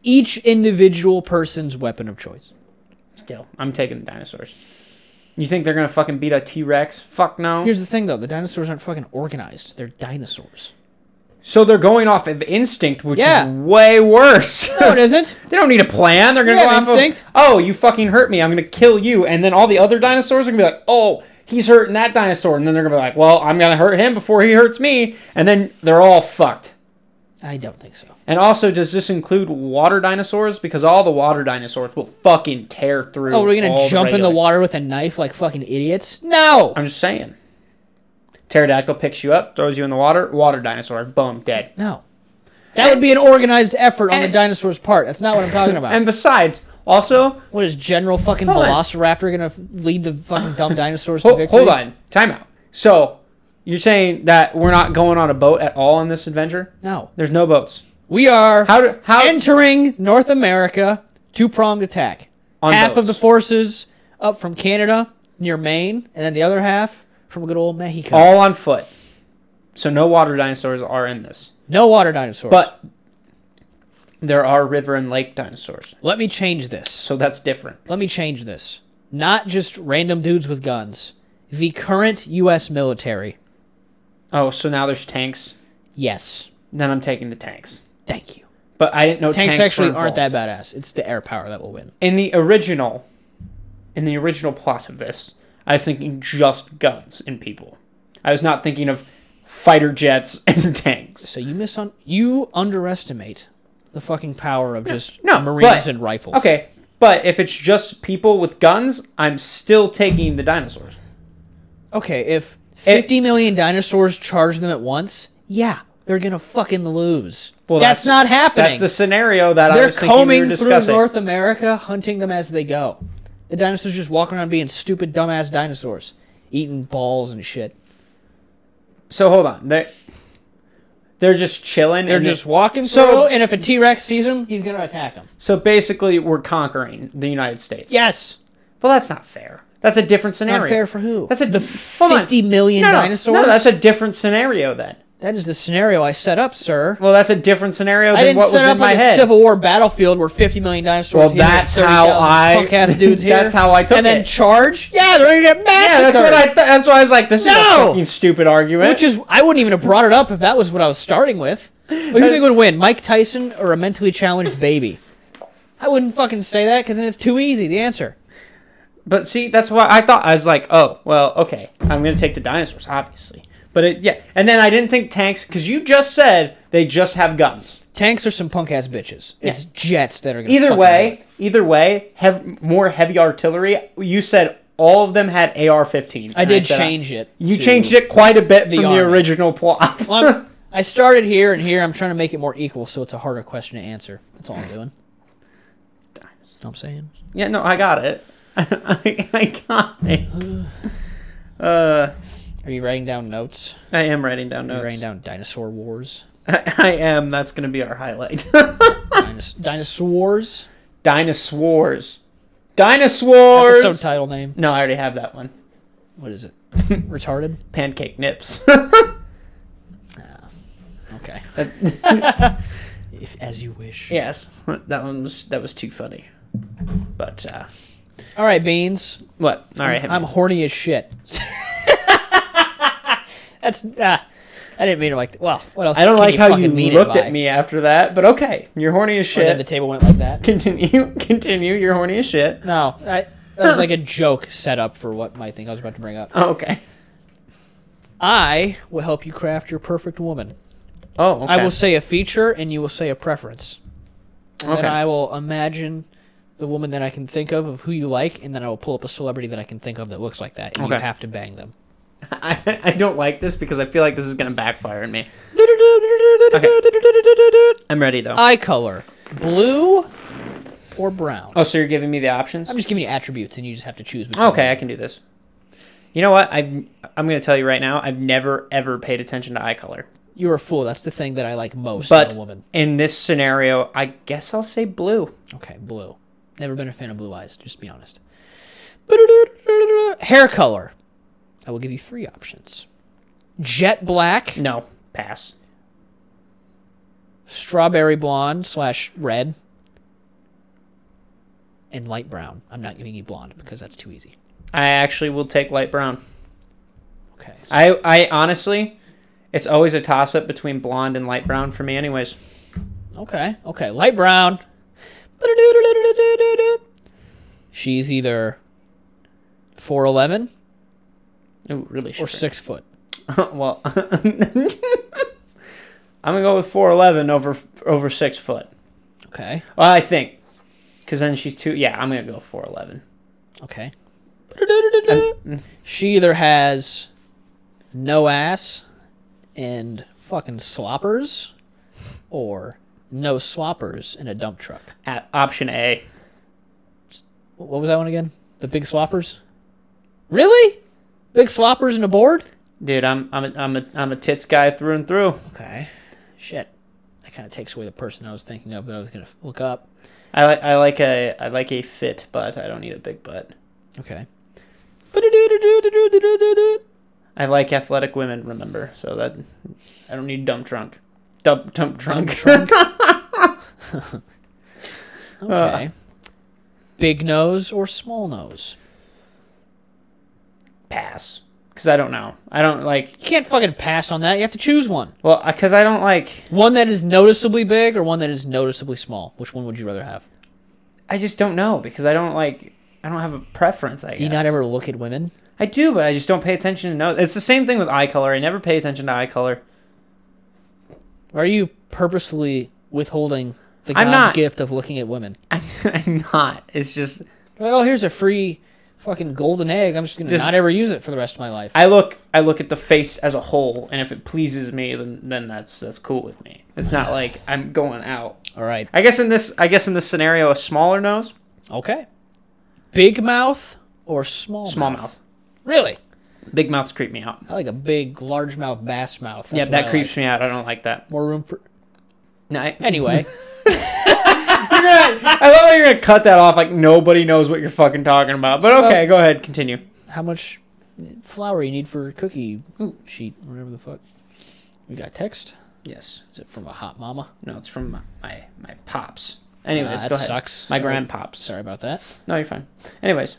[SPEAKER 2] Each individual person's weapon of choice.
[SPEAKER 1] Still, I'm taking the dinosaurs. You think they're gonna fucking beat a T Rex? Fuck no.
[SPEAKER 2] Here's the thing, though the dinosaurs aren't fucking organized, they're dinosaurs.
[SPEAKER 1] so they're going off of instinct, which
[SPEAKER 2] Yeah.
[SPEAKER 1] is way worse.
[SPEAKER 2] No, it isn't.
[SPEAKER 1] they don't need a plan. They're gonna
[SPEAKER 2] Yeah,
[SPEAKER 1] go off
[SPEAKER 2] instinct.
[SPEAKER 1] Of, oh, you fucking hurt me. I'm gonna kill you. And then all the other dinosaurs are gonna be like, oh, he's hurting that dinosaur. And then they're gonna be like, well, I'm gonna hurt him before he hurts me. And then they're all fucked.
[SPEAKER 2] I don't think so.
[SPEAKER 1] And also, does this include water dinosaurs? Because all the water dinosaurs will fucking tear through.
[SPEAKER 2] Oh, we're
[SPEAKER 1] all
[SPEAKER 2] gonna jump in the
[SPEAKER 1] regular-
[SPEAKER 2] water with a knife like fucking idiots? No!
[SPEAKER 1] I'm just saying. Pterodactyl picks you up, throws you in the water. Water dinosaur, boom, dead.
[SPEAKER 2] No. That would be an organized effort on the
[SPEAKER 1] Eh.
[SPEAKER 2] dinosaur's part. That's not what I'm talking about.
[SPEAKER 1] And besides, also,
[SPEAKER 2] what is General fucking
[SPEAKER 1] Hold on.
[SPEAKER 2] Velociraptor gonna f- lead the fucking dumb dinosaurs to
[SPEAKER 1] ho-
[SPEAKER 2] victory?
[SPEAKER 1] hold on, time out. So, you're saying that we're not going on a boat at all in this adventure?
[SPEAKER 2] No.
[SPEAKER 1] There's no boats.
[SPEAKER 2] We are
[SPEAKER 1] How do how?
[SPEAKER 2] entering North America two pronged attack.
[SPEAKER 1] On
[SPEAKER 2] half of
[SPEAKER 1] boats.
[SPEAKER 2] the forces up from Canada near Maine, and then the other half from good old Mexico.
[SPEAKER 1] all on foot. So no water dinosaurs are in this,
[SPEAKER 2] no water dinosaurs.
[SPEAKER 1] but there are river and lake dinosaurs.
[SPEAKER 2] let me change this.
[SPEAKER 1] So that's different.
[SPEAKER 2] Let me change this. Not just random dudes with guns. The current US military.
[SPEAKER 1] Oh, so now there's tanks.
[SPEAKER 2] Yes.
[SPEAKER 1] Then I'm taking the tanks.
[SPEAKER 2] Thank you.
[SPEAKER 1] But I didn't know
[SPEAKER 2] tanks,
[SPEAKER 1] tanks,
[SPEAKER 2] actually
[SPEAKER 1] were
[SPEAKER 2] aren't that
[SPEAKER 1] involved.
[SPEAKER 2] badass. It's the air power that will win.
[SPEAKER 1] In the original, in the original plot of this, I was thinking just guns and people. I was not thinking of fighter jets and tanks.
[SPEAKER 2] So you miss on you underestimate the fucking power of just
[SPEAKER 1] no,
[SPEAKER 2] marines
[SPEAKER 1] but-
[SPEAKER 2] and rifles.
[SPEAKER 1] Okay, but if it's just people with guns, I'm still taking the dinosaurs.
[SPEAKER 2] Okay, if fifty million dinosaurs charge them at once, yeah, they're gonna fucking lose.
[SPEAKER 1] Well,
[SPEAKER 2] that's,
[SPEAKER 1] that's-
[SPEAKER 2] not happening.
[SPEAKER 1] That's the scenario that I
[SPEAKER 2] they're
[SPEAKER 1] was thinking we
[SPEAKER 2] combing
[SPEAKER 1] were
[SPEAKER 2] through
[SPEAKER 1] discussing.
[SPEAKER 2] North America, hunting them as they go. The dinosaurs just walking around being stupid, dumbass dinosaurs, eating balls and shit.
[SPEAKER 1] So hold on, they're, they're just chilling.
[SPEAKER 2] They're
[SPEAKER 1] and
[SPEAKER 2] just walking
[SPEAKER 1] So-
[SPEAKER 2] through, and if a T Rex sees them, he's gonna attack them.
[SPEAKER 1] so basically we're conquering the United States.
[SPEAKER 2] Yes.
[SPEAKER 1] Well, that's not fair. That's a different scenario.
[SPEAKER 2] Not fair for who?
[SPEAKER 1] That's a
[SPEAKER 2] the
[SPEAKER 1] hold on.
[SPEAKER 2] fifty million
[SPEAKER 1] No, no,
[SPEAKER 2] dinosaurs.
[SPEAKER 1] No, that's a different scenario then.
[SPEAKER 2] That is the scenario I set up, sir.
[SPEAKER 1] Well, that's a different scenario than
[SPEAKER 2] I didn't
[SPEAKER 1] what was
[SPEAKER 2] set
[SPEAKER 1] in
[SPEAKER 2] up
[SPEAKER 1] my
[SPEAKER 2] like a
[SPEAKER 1] head.
[SPEAKER 2] Civil War battlefield where fifty million dinosaurs.
[SPEAKER 1] Well,
[SPEAKER 2] here
[SPEAKER 1] that's
[SPEAKER 2] and
[SPEAKER 1] how
[SPEAKER 2] 30,000
[SPEAKER 1] I-
[SPEAKER 2] punk-ass dudes here.
[SPEAKER 1] that's how I took
[SPEAKER 2] and then
[SPEAKER 1] it.
[SPEAKER 2] charge. Yeah, they're gonna get
[SPEAKER 1] yeah,
[SPEAKER 2] massacred.
[SPEAKER 1] that's what I. Th- that's why I was like, this is a
[SPEAKER 2] No!
[SPEAKER 1] fucking stupid argument.
[SPEAKER 2] Which is, I wouldn't even have brought it up if that was what I was starting with. Who do you think would win, Mike Tyson or a mentally challenged baby? I wouldn't fucking say that because then it's too easy. The answer.
[SPEAKER 1] but see, that's why I thought I was like, oh, well, okay, I'm gonna take the dinosaurs, obviously. But it, yeah, and then I didn't think tanks because you just said they just have guns.
[SPEAKER 2] Tanks are some punk ass bitches. It's jets that are gonna.
[SPEAKER 1] Either
[SPEAKER 2] fucking
[SPEAKER 1] way, either way, have more heavy artillery. You said all of them had AR-15s.
[SPEAKER 2] I did change it.
[SPEAKER 1] You
[SPEAKER 2] to-
[SPEAKER 1] changed it quite a bit from
[SPEAKER 2] army.
[SPEAKER 1] the original plot.
[SPEAKER 2] Well, I'm- I started here and here. I'm trying to make it more equal, so it's a harder question to answer. That's all I'm doing. Know what I'm saying.
[SPEAKER 1] Yeah, no, I got it. I, I got it. Uh,
[SPEAKER 2] Are you writing down notes?
[SPEAKER 1] I am writing down
[SPEAKER 2] Are you
[SPEAKER 1] notes.
[SPEAKER 2] writing down dinosaur wars?
[SPEAKER 1] I, I am. That's gonna be our highlight.
[SPEAKER 2] Dinos- dinosaurs.
[SPEAKER 1] Dinosaurs. Dinosaurs.
[SPEAKER 2] Episode title name.
[SPEAKER 1] No, I already have that one.
[SPEAKER 2] What is it? Retarded.
[SPEAKER 1] Pancake nips. Ah.
[SPEAKER 2] Okay. if as you wish.
[SPEAKER 1] yes, that one was that was too funny. But uh,
[SPEAKER 2] All right, beans.
[SPEAKER 1] what? All right,
[SPEAKER 2] I'm horny as shit. That's. ah, I didn't mean it like. That. Well, what else?
[SPEAKER 1] I do not
[SPEAKER 2] can
[SPEAKER 1] like how
[SPEAKER 2] fucking
[SPEAKER 1] you
[SPEAKER 2] mean it
[SPEAKER 1] looked
[SPEAKER 2] by?
[SPEAKER 1] at me after that, but okay, you're horny as
[SPEAKER 2] And then
[SPEAKER 1] shit.
[SPEAKER 2] the table went like that.
[SPEAKER 1] continue, continue. You're horny as shit.
[SPEAKER 2] No, I, that was like a joke set up for what my thing I was about to bring up.
[SPEAKER 1] Oh, okay.
[SPEAKER 2] I will help you craft your perfect woman.
[SPEAKER 1] Oh, okay.
[SPEAKER 2] I will say a feature, and you will say a preference. And
[SPEAKER 1] Okay.
[SPEAKER 2] Then I will imagine the woman that I can think of of who you like, and then I will pull up a celebrity that I can think of that looks like that, and you
[SPEAKER 1] Okay.
[SPEAKER 2] have to bang them.
[SPEAKER 1] I, I don't like this because I feel like this is gonna backfire on me. I'm ready though.
[SPEAKER 2] Eye color: blue or brown.
[SPEAKER 1] oh, so you're giving me the options?
[SPEAKER 2] I'm just giving you attributes, and you just have to choose. Between
[SPEAKER 1] Okay, I
[SPEAKER 2] them.
[SPEAKER 1] can do this. You know what? I'm I'm gonna tell you right now. I've never ever paid attention to eye color.
[SPEAKER 2] You're a fool. That's the thing that I like most
[SPEAKER 1] But
[SPEAKER 2] in a woman.
[SPEAKER 1] in this scenario, I guess I'll say blue.
[SPEAKER 2] Okay, blue. Never been a fan of blue eyes. Just be honest. Hair color. I will give you three options: jet black,
[SPEAKER 1] No, pass.
[SPEAKER 2] strawberry blonde slash red, and light brown. I'm not giving you blonde because that's too easy.
[SPEAKER 1] I actually will take light brown.
[SPEAKER 2] Okay. so-
[SPEAKER 1] I I honestly, it's always a toss up between blonde and light brown for me. Anyways,
[SPEAKER 2] okay. Okay. Light brown. She's either four eleven
[SPEAKER 1] ooh, really
[SPEAKER 2] or
[SPEAKER 1] short.
[SPEAKER 2] six foot.
[SPEAKER 1] well, I'm gonna go with four eleven over over six foot.
[SPEAKER 2] Okay.
[SPEAKER 1] Well, I think, because then she's two. Yeah, I'm gonna go four eleven.
[SPEAKER 2] Okay. She either has no ass and fucking sloppers or no sloppers in a dump truck.
[SPEAKER 1] At option A.
[SPEAKER 2] Wh- What was that one again? The big sloppers? Really? Big sloppers and a board?
[SPEAKER 1] Dude, I'm I'm a, I'm a I'm a tits guy through and through.
[SPEAKER 2] Okay. Shit. That kind of takes away the person I was thinking of that I was going to look up.
[SPEAKER 1] I like I like a I like a fit butt. I don't need a big butt.
[SPEAKER 2] Okay.
[SPEAKER 1] I like athletic women. Remember, so that I don't need dump trunk, dump dump trunk. Uh.
[SPEAKER 2] Okay. big nose or small nose?
[SPEAKER 1] Pass, because I don't know. I don't like
[SPEAKER 2] You can't fucking pass on that. You have to choose one.
[SPEAKER 1] well, because I don't like.
[SPEAKER 2] One that is noticeably big or one that is noticeably small? Which one would you rather have?
[SPEAKER 1] I just don't know because I don't like. I don't have a preference. I
[SPEAKER 2] Do you
[SPEAKER 1] guess.
[SPEAKER 2] not ever look at women?
[SPEAKER 1] I do, but I just don't pay attention to no. It's the same thing with eye color. I never pay attention to eye color.
[SPEAKER 2] Or are you purposely withholding the
[SPEAKER 1] I'm
[SPEAKER 2] God's
[SPEAKER 1] not.
[SPEAKER 2] gift of looking at women?
[SPEAKER 1] I, I'm not. It's just
[SPEAKER 2] Like, oh, here's a free fucking golden egg. I'm just gonna
[SPEAKER 1] Just-
[SPEAKER 2] not ever use it for the rest of my life.
[SPEAKER 1] I look. I look at the face as a whole, and if it pleases me, then then that's that's cool with me. It's not like I'm going out.
[SPEAKER 2] All right.
[SPEAKER 1] I guess in this. I guess in this scenario, a smaller nose,
[SPEAKER 2] Okay. Big mouth or small?
[SPEAKER 1] small
[SPEAKER 2] mouth?
[SPEAKER 1] mouth.
[SPEAKER 2] Really?
[SPEAKER 1] Big mouths creep me out.
[SPEAKER 2] I like a big largemouth bass mouth. That's
[SPEAKER 1] yeah,
[SPEAKER 2] what I
[SPEAKER 1] that
[SPEAKER 2] like.
[SPEAKER 1] creeps me out. I don't like that.
[SPEAKER 2] More room for.
[SPEAKER 1] No, I,
[SPEAKER 2] Anyway,
[SPEAKER 1] I love how you're gonna cut that off like nobody knows what you're fucking talking about. But
[SPEAKER 2] So-
[SPEAKER 1] okay, go ahead, continue.
[SPEAKER 2] how much flour you need for cookie sheet, whatever the fuck. We got text.
[SPEAKER 1] Yes.
[SPEAKER 2] Is it from a hot mama?
[SPEAKER 1] No, it's from my my, my pops. Ah,
[SPEAKER 2] Uh,
[SPEAKER 1] Anyways,
[SPEAKER 2] that
[SPEAKER 1] go ahead.
[SPEAKER 2] sucks.
[SPEAKER 1] My
[SPEAKER 2] Sorry-
[SPEAKER 1] grandpops.
[SPEAKER 2] Sorry about that.
[SPEAKER 1] No, you're fine. Anyways,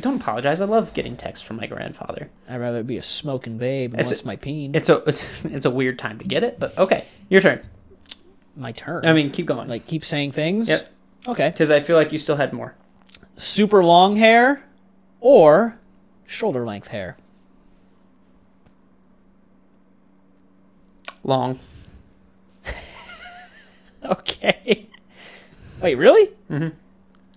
[SPEAKER 1] don't apologize. I love getting texts from my grandfather.
[SPEAKER 2] I'd rather it be a smoking babe and
[SPEAKER 1] It's-
[SPEAKER 2] wants my peen.
[SPEAKER 1] It's a it's a weird time to get it, but okay. Your turn.
[SPEAKER 2] my turn.
[SPEAKER 1] I mean, keep going.
[SPEAKER 2] like keep saying things.
[SPEAKER 1] Yep.
[SPEAKER 2] Okay.
[SPEAKER 1] Because I feel like you still had more.
[SPEAKER 2] Super long hair or shoulder length hair.
[SPEAKER 1] Long.
[SPEAKER 2] Okay. Wait, really?
[SPEAKER 1] I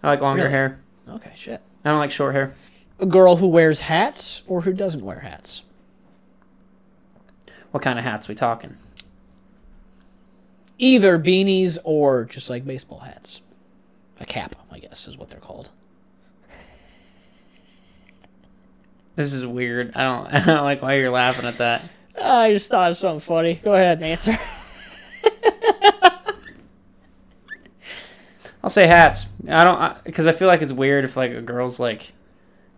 [SPEAKER 1] like longer
[SPEAKER 2] Really?
[SPEAKER 1] hair.
[SPEAKER 2] Okay, shit.
[SPEAKER 1] I don't like short hair.
[SPEAKER 2] A girl who wears hats or who doesn't wear hats.
[SPEAKER 1] What kind of hats we talking?
[SPEAKER 2] Either beanies or just like baseball hats. A cap, I guess, is what they're called.
[SPEAKER 1] This is weird. I don't I don't like why you're laughing at that.
[SPEAKER 2] I just thought of something funny. Go ahead and answer.
[SPEAKER 1] I'll say hats. I don't because I, feel like it's weird if like a girl's like,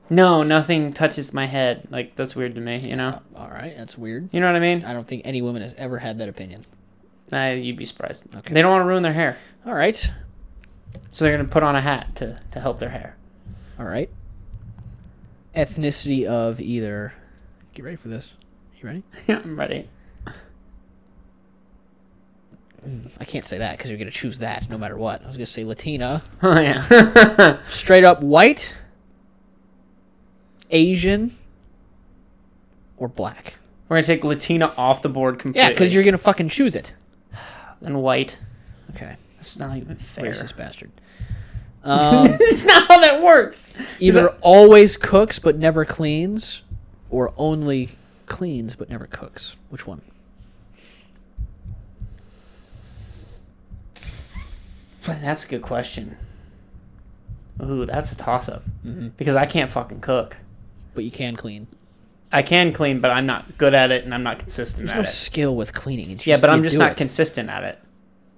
[SPEAKER 1] no, nothing touches my head. Like that's weird to me. You know.
[SPEAKER 2] All right, that's weird.
[SPEAKER 1] You know what I mean?
[SPEAKER 2] I don't think any woman has ever had that opinion.
[SPEAKER 1] Uh, you'd be surprised.
[SPEAKER 2] Okay.
[SPEAKER 1] They don't want to ruin their hair,
[SPEAKER 2] All right.
[SPEAKER 1] so they're gonna put on a hat to to help their hair.
[SPEAKER 2] All right. Ethnicity of either. Get ready for this. You ready?
[SPEAKER 1] I'm ready.
[SPEAKER 2] I can't say that because you're gonna choose that no matter what. I was gonna say Latina,
[SPEAKER 1] Oh yeah.
[SPEAKER 2] straight up white, Asian, or black.
[SPEAKER 1] We're gonna take Latina off the board completely.
[SPEAKER 2] Yeah, eh. because you're gonna fucking choose it.
[SPEAKER 1] and white.
[SPEAKER 2] Okay,
[SPEAKER 1] That's not even fair.
[SPEAKER 2] racist bastard. Um,
[SPEAKER 1] it's not how that works.
[SPEAKER 2] either always cooks but never cleans, or only cleans but never cooks. Which one?
[SPEAKER 1] That's a good question. Ooh, that's a toss up. Because I can't fucking cook.
[SPEAKER 2] But you can clean.
[SPEAKER 1] I can clean, but I'm not good at it and I'm not consistent
[SPEAKER 2] There's
[SPEAKER 1] at
[SPEAKER 2] no
[SPEAKER 1] it.
[SPEAKER 2] skill with cleaning. It's
[SPEAKER 1] yeah, but I'm
[SPEAKER 2] you
[SPEAKER 1] just
[SPEAKER 2] do
[SPEAKER 1] not
[SPEAKER 2] it.
[SPEAKER 1] consistent at it.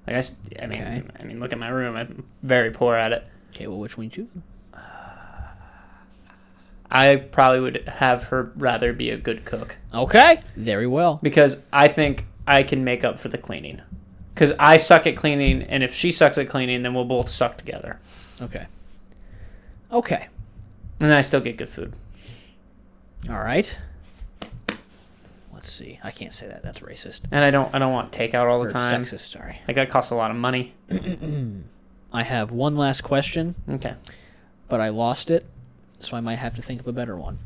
[SPEAKER 1] Like I, s- I mean,
[SPEAKER 2] Okay.
[SPEAKER 1] I mean, look at my room. I'm very poor at it.
[SPEAKER 2] okay, well, which one you choose?
[SPEAKER 1] I probably would have her rather be a good cook
[SPEAKER 2] Okay, very well.
[SPEAKER 1] because I think I can make up for the cleaning. Because I suck at cleaning, and if she sucks at cleaning, then we'll both suck together.
[SPEAKER 2] Okay. Okay.
[SPEAKER 1] And then I still get good food.
[SPEAKER 2] All right. Let's see. I can't say that. That's racist.
[SPEAKER 1] And I don't, I don't want takeout all the
[SPEAKER 2] Or
[SPEAKER 1] time.
[SPEAKER 2] sexist. Sorry.
[SPEAKER 1] Like that costs a lot of money.
[SPEAKER 2] I have one last question,
[SPEAKER 1] Okay.
[SPEAKER 2] but I lost it, so I might have to think of a better one.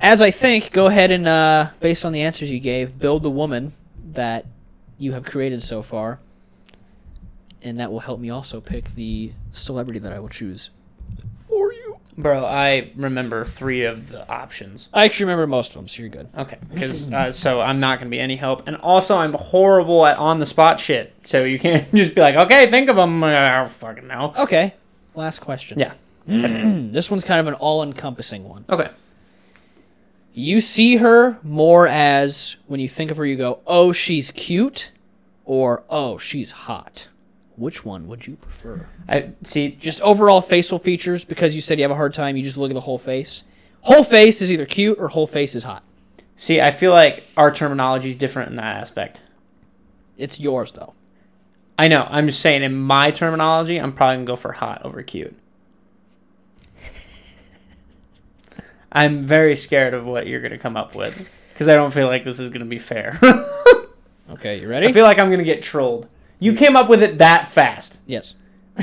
[SPEAKER 2] As I think, go ahead and uh, based on the answers you gave, build the woman that you have created so far, and that will help me also pick the celebrity that I will choose for you.
[SPEAKER 1] Bro, I remember three of the options.
[SPEAKER 2] I actually remember most of them, so you're good.
[SPEAKER 1] Okay, because uh, so I'm not going to be any help, and also I'm horrible at on the spot shit. So you can't just be like, okay, think of them. I don't fucking know.
[SPEAKER 2] Okay. Last question. Hmm,
[SPEAKER 1] Yeah.
[SPEAKER 2] This one's kind of an all-encompassing one.
[SPEAKER 1] Okay.
[SPEAKER 2] You see her more as when you think of her, you go, "Oh, she's cute," or "Oh, she's hot." Which one would you prefer?
[SPEAKER 1] I see.
[SPEAKER 2] Just overall facial features, because you said you have a hard time. You just look at the whole face. Whole face is either cute or whole face is hot.
[SPEAKER 1] See, I feel like our terminology is different in that aspect.
[SPEAKER 2] It's yours though.
[SPEAKER 1] I know. I'm just saying, in my terminology, I'm probably gonna go for hot over cute. I'm very scared of what you're gonna come up with because I don't feel like this is gonna be fair.
[SPEAKER 2] Okay, you
[SPEAKER 1] I
[SPEAKER 2] ready?
[SPEAKER 1] feel like I'm gonna get trolled. You came up with it that fast,
[SPEAKER 2] yes.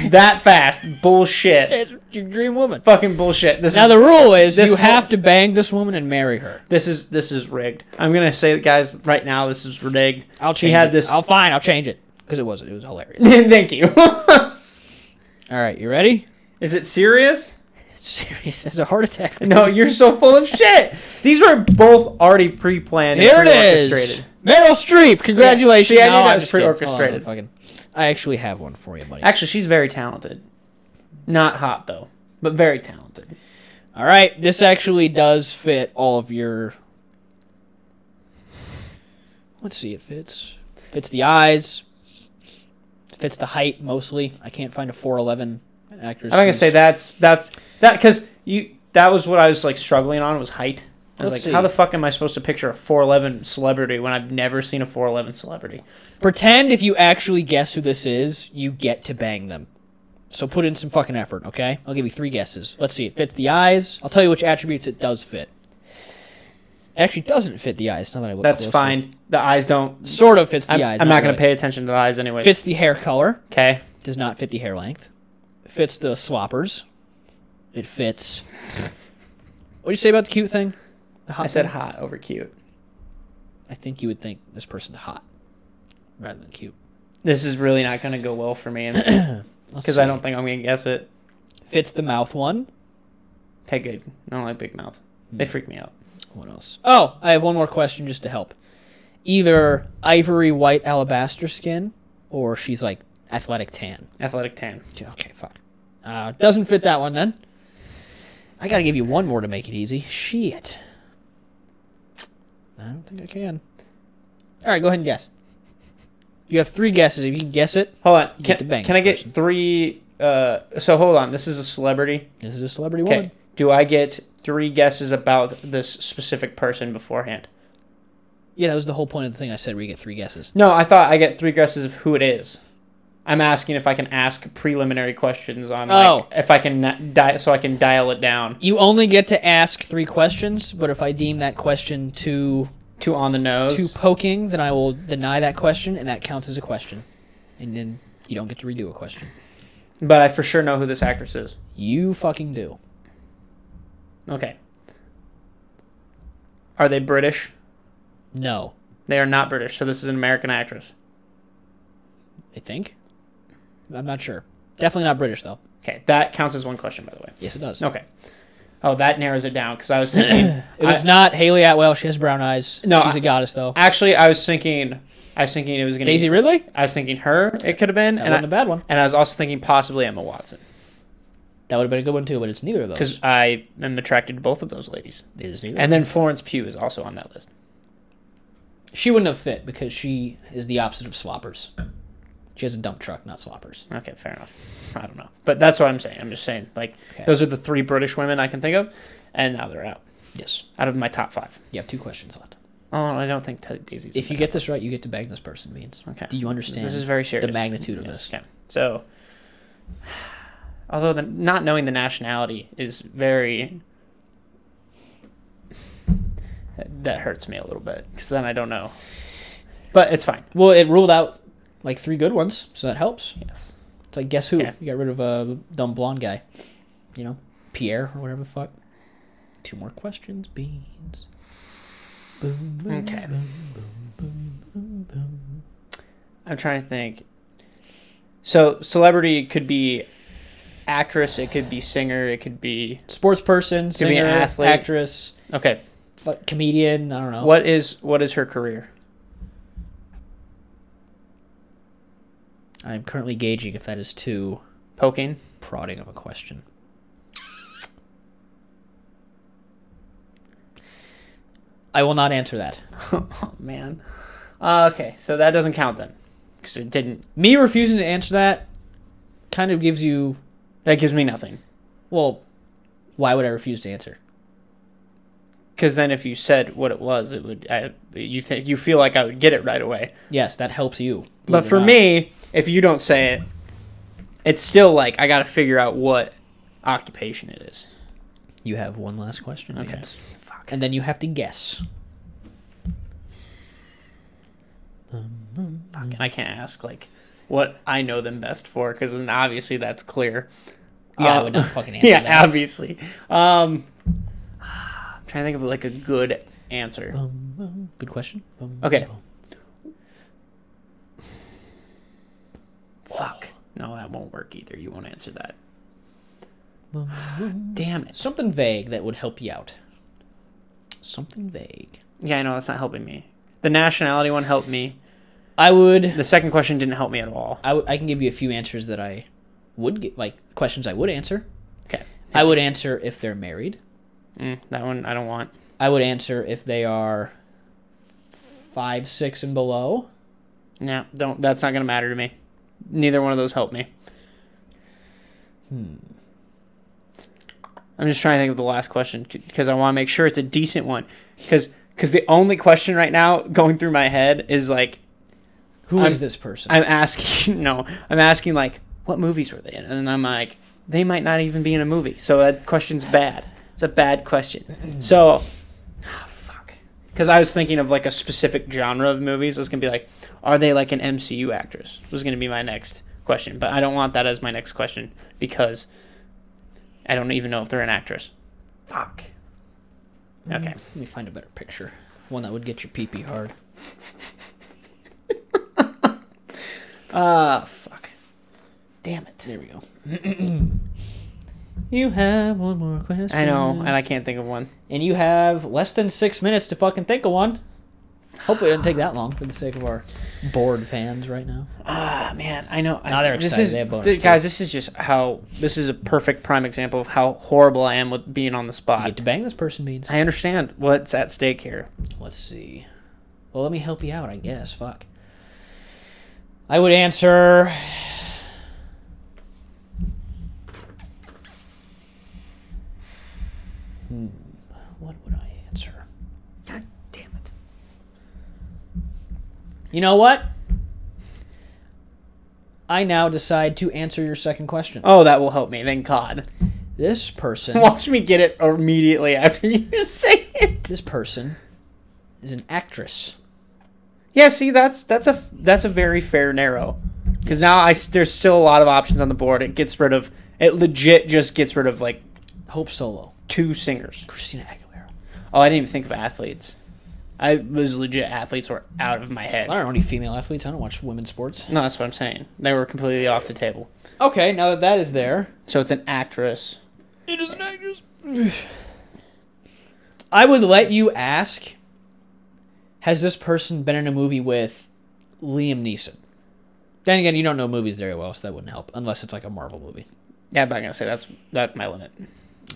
[SPEAKER 1] that fast. Bullshit.
[SPEAKER 2] It's your dream woman.
[SPEAKER 1] Fucking bullshit. This
[SPEAKER 2] Now
[SPEAKER 1] is
[SPEAKER 2] the rule is
[SPEAKER 1] This
[SPEAKER 2] you
[SPEAKER 1] whole-
[SPEAKER 2] have to bang this woman and marry her.
[SPEAKER 1] this is this is rigged. I'm gonna say, guys, right now, this is rigged.
[SPEAKER 2] I'll
[SPEAKER 1] He
[SPEAKER 2] change.
[SPEAKER 1] had
[SPEAKER 2] it.
[SPEAKER 1] this.
[SPEAKER 2] I'll fine. I'll change it because it wasn't. It was hilarious.
[SPEAKER 1] Thank you.
[SPEAKER 2] All right, you ready?
[SPEAKER 1] is it serious?
[SPEAKER 2] Serious as a heart attack.
[SPEAKER 1] No, you're so full of shit. These were both already pre-planned. and
[SPEAKER 2] Here it is.
[SPEAKER 1] pre-orchestrated.
[SPEAKER 2] Meryl Streep. Congratulations.
[SPEAKER 1] See, I knew that
[SPEAKER 2] I'm
[SPEAKER 1] was
[SPEAKER 2] just kidding. Hold on,
[SPEAKER 1] pre-orchestrated.
[SPEAKER 2] fucking- I actually have one for you, buddy.
[SPEAKER 1] Actually, she's very talented. Not hot though, but very talented.
[SPEAKER 2] All right, this actually does fit all of your. Let's see, it fits. Fits the eyes. Fits the height mostly. I can't find a four eleven actress.
[SPEAKER 1] I'm not gonna
[SPEAKER 2] who's-
[SPEAKER 1] say that's that's that because you that was what I was like struggling on was height. I was
[SPEAKER 2] Let's
[SPEAKER 1] like,
[SPEAKER 2] see.
[SPEAKER 1] how the fuck am I supposed to picture a 4'11 celebrity when I've never seen a 4'11 celebrity?
[SPEAKER 2] Pretend if you actually guess who this is, you get to bang them. So put in some fucking effort, okay? I'll give you three guesses. Let's see. It fits the eyes. I'll tell you which attributes it does fit. It actually doesn't fit the eyes. Now that I look
[SPEAKER 1] That's
[SPEAKER 2] closely.
[SPEAKER 1] fine. The eyes don't.
[SPEAKER 2] Sort of fits the
[SPEAKER 1] I'm,
[SPEAKER 2] eyes.
[SPEAKER 1] I'm not gonna
[SPEAKER 2] really.
[SPEAKER 1] pay attention to the eyes anyway.
[SPEAKER 2] Fits the hair color.
[SPEAKER 1] okay.
[SPEAKER 2] Does not fit the hair length. Fits the sloppers. It fits. What did you say about the cute thing? The hot
[SPEAKER 1] I said
[SPEAKER 2] thing?
[SPEAKER 1] hot over cute.
[SPEAKER 2] I think you would think this person's hot rather than cute.
[SPEAKER 1] This is really not gonna go well for me
[SPEAKER 2] Let's
[SPEAKER 1] because I
[SPEAKER 2] see.
[SPEAKER 1] don't think I'm gonna guess it.
[SPEAKER 2] Fits the mouth one.
[SPEAKER 1] Hey, good. I don't like big mouths. They freak me out.
[SPEAKER 2] What else? Oh, I have one more question just to help. Either ivory white alabaster skin, or she's like athletic tan.
[SPEAKER 1] Athletic tan.
[SPEAKER 2] Dude, Okay, fuck. Uh, doesn't fit that one then. I gotta give you one more to make it easy. Shit. I don't think I can. All right, go ahead and guess. You have three guesses. If you can guess it,
[SPEAKER 1] Hold on. Can,
[SPEAKER 2] You get to bang
[SPEAKER 1] can I
[SPEAKER 2] the
[SPEAKER 1] get
[SPEAKER 2] person.
[SPEAKER 1] three? Uh, so hold on. This is a celebrity.
[SPEAKER 2] this is a celebrity
[SPEAKER 1] Okay.
[SPEAKER 2] woman.
[SPEAKER 1] Do I get three guesses about this specific person beforehand?
[SPEAKER 2] Yeah, that was the whole point of the thing I said. We get three guesses.
[SPEAKER 1] No, I thought I get three guesses of who it is. I'm asking if I can ask preliminary questions on like
[SPEAKER 2] Oh.
[SPEAKER 1] if I can na- di- so I can dial it down.
[SPEAKER 2] You only get to ask three questions, but if I deem that question too
[SPEAKER 1] Two on the nose.
[SPEAKER 2] Too poking, then I will deny that question, and that counts as a question. And then you don't get to redo a question.
[SPEAKER 1] But I for sure know who this actress is.
[SPEAKER 2] You fucking do.
[SPEAKER 1] Okay. Are they British?
[SPEAKER 2] No.
[SPEAKER 1] They are not British, so this is an American actress.
[SPEAKER 2] I think. I'm not sure. Definitely not British though.
[SPEAKER 1] Okay, that counts as one question, by the way.
[SPEAKER 2] Yes, it does.
[SPEAKER 1] Okay. Oh, that narrows it down because I was thinking.
[SPEAKER 2] It was
[SPEAKER 1] I-
[SPEAKER 2] not Haley Atwell. She has brown eyes.
[SPEAKER 1] No,
[SPEAKER 2] she's a
[SPEAKER 1] I-
[SPEAKER 2] goddess though.
[SPEAKER 1] actually, I was thinking. I was thinking it was gonna.
[SPEAKER 2] Daisy
[SPEAKER 1] Be,
[SPEAKER 2] Ridley.
[SPEAKER 1] I was thinking her. It could have been,
[SPEAKER 2] That
[SPEAKER 1] and
[SPEAKER 2] wasn't a
[SPEAKER 1] I,
[SPEAKER 2] bad one.
[SPEAKER 1] and I was also thinking possibly Emma Watson
[SPEAKER 2] That would have been a good one too, but it's neither of those.
[SPEAKER 1] because I am attracted to both of those ladies.
[SPEAKER 2] It is neither.
[SPEAKER 1] And then Florence Pugh is also on that list.
[SPEAKER 2] she wouldn't have fit because she is the opposite of swappers. She has a dump truck, not swappers.
[SPEAKER 1] Okay, fair enough. I don't know, but that's what I'm saying. I'm just saying like
[SPEAKER 2] Okay.
[SPEAKER 1] those are the three British women I can think of, and now they're out
[SPEAKER 2] Yes.
[SPEAKER 1] out of my top five.
[SPEAKER 2] You have two questions left.
[SPEAKER 1] Oh, I don't think Teddy Daisy's.
[SPEAKER 2] If you get this right, you get to bang this person. Means.
[SPEAKER 1] Okay.
[SPEAKER 2] Do you understand?
[SPEAKER 1] This is very serious.
[SPEAKER 2] The magnitude of
[SPEAKER 1] Yes,
[SPEAKER 2] this.
[SPEAKER 1] Okay. So, although the, not knowing the nationality is very. That hurts me a little bit because then I don't know. But it's fine.
[SPEAKER 2] Well, it ruled out like three good ones, so that helps.
[SPEAKER 1] Yes.
[SPEAKER 2] It's like guess who?
[SPEAKER 1] Yeah.
[SPEAKER 2] You got rid of a dumb blonde guy. You know, Pierre or whatever the fuck. Two more questions, beans. Boom. boom
[SPEAKER 1] Okay.
[SPEAKER 2] Boom, boom, boom, boom, boom.
[SPEAKER 1] I'm trying to think. So, celebrity could be actress, it could be singer, it could be.
[SPEAKER 2] Sports person,
[SPEAKER 1] Could be
[SPEAKER 2] singer,
[SPEAKER 1] an athlete.
[SPEAKER 2] actress,
[SPEAKER 1] Okay.
[SPEAKER 2] fu- comedian. I don't know.
[SPEAKER 1] What is what is her career?
[SPEAKER 2] I'm currently gauging if that is too
[SPEAKER 1] Poking?
[SPEAKER 2] prodding of a question. I will not answer that.
[SPEAKER 1] oh, man. Uh, okay, so that doesn't count then because it didn't.
[SPEAKER 2] Me refusing to answer that kind of gives you
[SPEAKER 1] That gives me nothing.
[SPEAKER 2] Well, why would I refuse to answer?
[SPEAKER 1] Because then, if you said what it was, it would I, you think you feel like I would get it right away.
[SPEAKER 2] Yes, that helps you.
[SPEAKER 1] But
[SPEAKER 2] believe it or
[SPEAKER 1] for
[SPEAKER 2] not.
[SPEAKER 1] me, if you don't say it, it's still like I got to figure out what occupation it is.
[SPEAKER 2] you have one last question.
[SPEAKER 1] Okay.
[SPEAKER 2] Vance.
[SPEAKER 1] Fuck.
[SPEAKER 2] and then you have to guess.
[SPEAKER 1] Fuck.
[SPEAKER 2] Mm.
[SPEAKER 1] And I can't ask like what I know them best for, because then obviously that's clear.
[SPEAKER 2] Yeah, I
[SPEAKER 1] Um,
[SPEAKER 2] would not fucking answer
[SPEAKER 1] yeah,
[SPEAKER 2] that.
[SPEAKER 1] obviously. Um, I'm trying to think of like a good answer.
[SPEAKER 2] Bum, bum. Good question. Bum,
[SPEAKER 1] Okay.
[SPEAKER 2] bum.
[SPEAKER 1] Fuck. No, that won't work either. You won't answer that.
[SPEAKER 2] Bum, bum.
[SPEAKER 1] Damn it.
[SPEAKER 2] Something vague that would help you out. Something vague.
[SPEAKER 1] Yeah, I know that's not helping me. The nationality one helped me.
[SPEAKER 2] I would.
[SPEAKER 1] The second question didn't help me at all.
[SPEAKER 2] I, w- I can give you a few answers that I would get, like questions I would answer.
[SPEAKER 1] Okay.
[SPEAKER 2] I would answer if they're married.
[SPEAKER 1] Mm, that one I don't want.
[SPEAKER 2] I would answer if they are five, six, and below.
[SPEAKER 1] No, don't. That's not gonna matter to me. Neither one of those helped me.
[SPEAKER 2] Hmm.
[SPEAKER 1] I'm just trying to think of the last question because I want to make sure it's a decent one. Because the only question right now going through my head is like
[SPEAKER 2] Who is
[SPEAKER 1] I'm-
[SPEAKER 2] this person?
[SPEAKER 1] I'm asking. No, I'm asking like what movies were they in, and then I'm like they might not even be in a movie. So that question's bad. It's a bad question.
[SPEAKER 2] Hmm.
[SPEAKER 1] So, ah, fuck. Because I was thinking of like a specific genre of movies. I was gonna be like, are they like an MCU actress? Was gonna be my next question, but I don't want that as my next question because I don't even know if they're an actress. Fuck. Okay.
[SPEAKER 2] Let me find a better picture. One that would get your pee pee hard.
[SPEAKER 1] Ah, fuck. Damn it.
[SPEAKER 2] There we go. you have one more question.
[SPEAKER 1] I know, and I can't think of one.
[SPEAKER 2] And you have less than six minutes to fucking think of one. Hopefully, it doesn't take that long for the sake of our bored fans right now.
[SPEAKER 1] Ah man, I know.
[SPEAKER 2] Now
[SPEAKER 1] I,
[SPEAKER 2] they're
[SPEAKER 1] this
[SPEAKER 2] excited.
[SPEAKER 1] is-
[SPEAKER 2] They have boners,
[SPEAKER 1] this-
[SPEAKER 2] too.
[SPEAKER 1] guys. This is just how this is a perfect prime example of how horrible I am with being on the
[SPEAKER 2] You get
[SPEAKER 1] spot.
[SPEAKER 2] to bang this person, means.
[SPEAKER 1] I understand what's at stake here.
[SPEAKER 2] Let's see. Well, let me help you out, I guess. Fuck. I would answer. Hmm. What would I answer?
[SPEAKER 1] God damn it!
[SPEAKER 2] You know what? I now decide to answer your second question.
[SPEAKER 1] Oh, that will help me. Thank God.
[SPEAKER 2] This person,
[SPEAKER 1] Watch me get it immediately after you say it.
[SPEAKER 2] this person is an actress.
[SPEAKER 1] Yeah, see, that's that's a that's a very fair narrow, because now I s- there's still a lot of options on the board. It gets rid of it legit just gets rid of like
[SPEAKER 2] Hope Solo.
[SPEAKER 1] two singers.
[SPEAKER 2] Christina Aguilera.
[SPEAKER 1] Oh, I didn't even think of athletes. I was legit athletes were out of my head.
[SPEAKER 2] I don't know any female athletes. I don't watch women's sports.
[SPEAKER 1] No, that's what I'm saying. They were completely off the table.
[SPEAKER 2] Okay, now that that is there,
[SPEAKER 1] So it's an actress.
[SPEAKER 2] it is an actress. I would let you ask. Has this person been in a movie with Liam Neeson? Then again, you don't know movies very well, so that wouldn't help unless it's like a Marvel movie.
[SPEAKER 1] Yeah, but I'm gonna say that's that's my limit.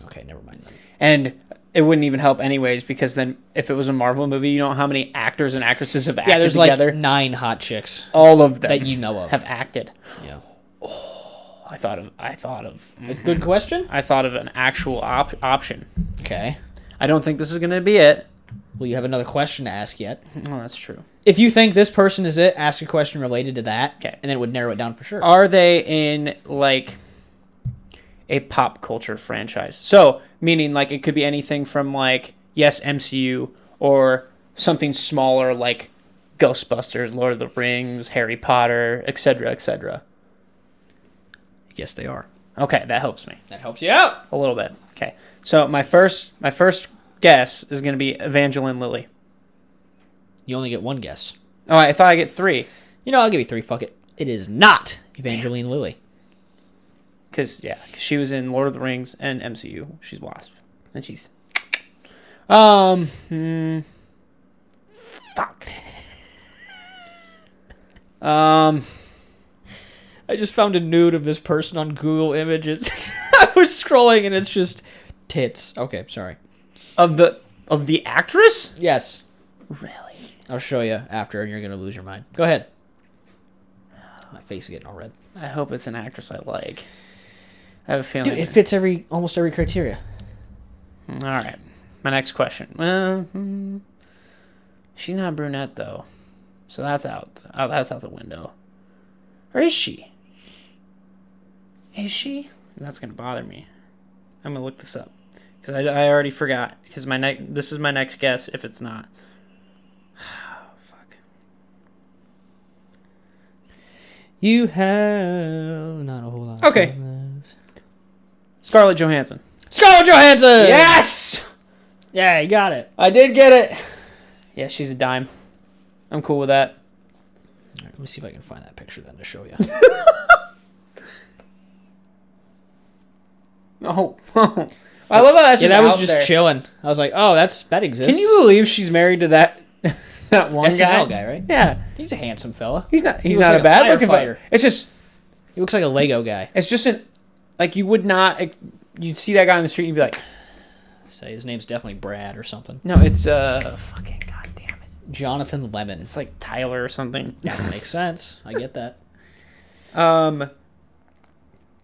[SPEAKER 2] Okay, never mind. Then.
[SPEAKER 1] And it wouldn't even help anyways because then if it was a Marvel movie, you know how many actors and actresses have acted
[SPEAKER 2] Yeah, there's
[SPEAKER 1] together?
[SPEAKER 2] like nine hot chicks
[SPEAKER 1] All of them
[SPEAKER 2] that you know of.
[SPEAKER 1] have acted. Oh,
[SPEAKER 2] yeah.
[SPEAKER 1] I thought of I thought of
[SPEAKER 2] A good question.
[SPEAKER 1] I thought of an actual op- option.
[SPEAKER 2] Okay.
[SPEAKER 1] I don't think this is gonna be it.
[SPEAKER 2] Well, you have another question to ask yet.
[SPEAKER 1] Well, that's true.
[SPEAKER 2] Mm-hmm. If you think this person is it, ask a question related to that.
[SPEAKER 1] Okay.
[SPEAKER 2] And then it would narrow it down for sure.
[SPEAKER 1] Are they in like a pop culture franchise? So meaning like it could be anything from like yes MCU or something smaller like Ghostbusters, Lord of the Rings, Harry Potter, etc., etc.
[SPEAKER 2] yes, they are.
[SPEAKER 1] Okay, that helps me
[SPEAKER 2] That helps you out.
[SPEAKER 1] a little bit. Okay, so my first my first guess is gonna be Evangeline Lilly.
[SPEAKER 2] You only get one guess.
[SPEAKER 1] Oh, I thought I get three.
[SPEAKER 2] You know, I'll give you three. Fuck it. It is not Evangeline Lilly.
[SPEAKER 1] Cause yeah, 'cause she was in Lord of the Rings and MCU. She's Wasp, and she's um, hmm, fuck. um,
[SPEAKER 2] I just found a nude of this person on Google Images. I was scrolling and it's just tits. Okay, sorry.
[SPEAKER 1] of the of the actress,
[SPEAKER 2] Yes.
[SPEAKER 1] really?
[SPEAKER 2] I'll show you after and you're going to lose your mind. Go ahead. My face is getting all red.
[SPEAKER 1] I hope it's an actress I like. I have a feeling.
[SPEAKER 2] Dude, it fits every almost every criteria.
[SPEAKER 1] All right, my next question. Well, hmm, she's not brunette though, so that's out. Oh, that's out the window. Or is she? Is she? That's gonna bother me. I'm gonna look this up because I, I already forgot. Because my next this is my next guess if it's not. Fuck.
[SPEAKER 2] You have not a whole lot.
[SPEAKER 1] Okay. Scarlett Johansson.
[SPEAKER 2] Scarlett Johansson.
[SPEAKER 1] Yes,
[SPEAKER 2] Yeah, you got it.
[SPEAKER 1] I did get it. Yeah, she's a dime. I'm cool with that.
[SPEAKER 2] All right, let me see if I can find that picture then to show you.
[SPEAKER 1] Oh, I love how that's
[SPEAKER 2] yeah,
[SPEAKER 1] just
[SPEAKER 2] that was
[SPEAKER 1] out
[SPEAKER 2] just
[SPEAKER 1] there.
[SPEAKER 2] chilling. I was like, oh, that's that exists.
[SPEAKER 1] Can you believe she's married to that that one
[SPEAKER 2] SNL guy, right?
[SPEAKER 1] Yeah,
[SPEAKER 2] He's a handsome fella.
[SPEAKER 1] he's not. He's
[SPEAKER 2] looks
[SPEAKER 1] not a
[SPEAKER 2] like a
[SPEAKER 1] bad looking
[SPEAKER 2] firefighter.
[SPEAKER 1] fighter. It's just.
[SPEAKER 2] He looks like a Lego guy.
[SPEAKER 1] It's just an. Like you would not. like, You'd see that guy on the street and you'd be like,
[SPEAKER 2] So his name's definitely Brad or something.
[SPEAKER 1] no, it's uh, fucking goddamn it,
[SPEAKER 2] Jonathan Lemon.
[SPEAKER 1] it's like Tyler or something.
[SPEAKER 2] That makes sense. I get that.
[SPEAKER 1] Um.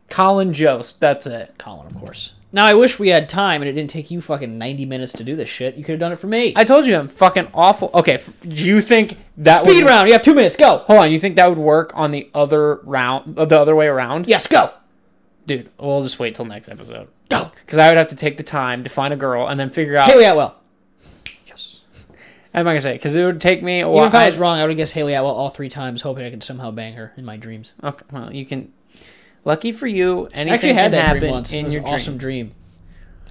[SPEAKER 1] Colin Jost, that's it.
[SPEAKER 2] Colin, of course. Now I wish we had time and it didn't take you fucking ninety minutes to do this shit. You could have done it for me.
[SPEAKER 1] I told you I'm fucking awful. Okay, f- do you think that
[SPEAKER 2] Speed
[SPEAKER 1] would,
[SPEAKER 2] round. You have two minutes. Go.
[SPEAKER 1] Hold on, you think that would work on the other round, uh, the other way around?
[SPEAKER 2] Yes, go.
[SPEAKER 1] dude, we'll just wait till next episode
[SPEAKER 2] Go.
[SPEAKER 1] because I would have to take the time to find a girl and then figure out.
[SPEAKER 2] Haley Atwell. Yes.
[SPEAKER 1] I'm not gonna say because it would take me a while.
[SPEAKER 2] Even if I was wrong, I would have guessed Haley Atwell all three times, hoping I could somehow bang her in my dreams.
[SPEAKER 1] okay, well, you can. Lucky for you, anything
[SPEAKER 2] I actually
[SPEAKER 1] can
[SPEAKER 2] had that
[SPEAKER 1] happen
[SPEAKER 2] dream once.
[SPEAKER 1] in
[SPEAKER 2] it was
[SPEAKER 1] your
[SPEAKER 2] an awesome
[SPEAKER 1] dream.
[SPEAKER 2] dream.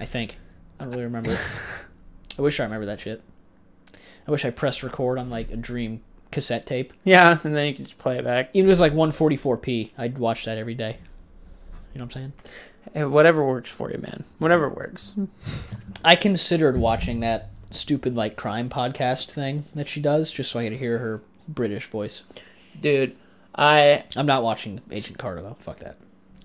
[SPEAKER 2] I think. I don't really remember. I wish I remember that shit. I wish I pressed record on like a dream cassette tape.
[SPEAKER 1] Yeah, and then you can just play it back.
[SPEAKER 2] Even if it was like 144p, I'd watch that every day. You know what I'm saying?
[SPEAKER 1] Eh, Whatever works for you, man. Whatever works.
[SPEAKER 2] I considered watching that stupid like crime podcast thing that she does just so I could hear her British voice.
[SPEAKER 1] Dude, I
[SPEAKER 2] I'm not watching Agent Carter though. Fuck that.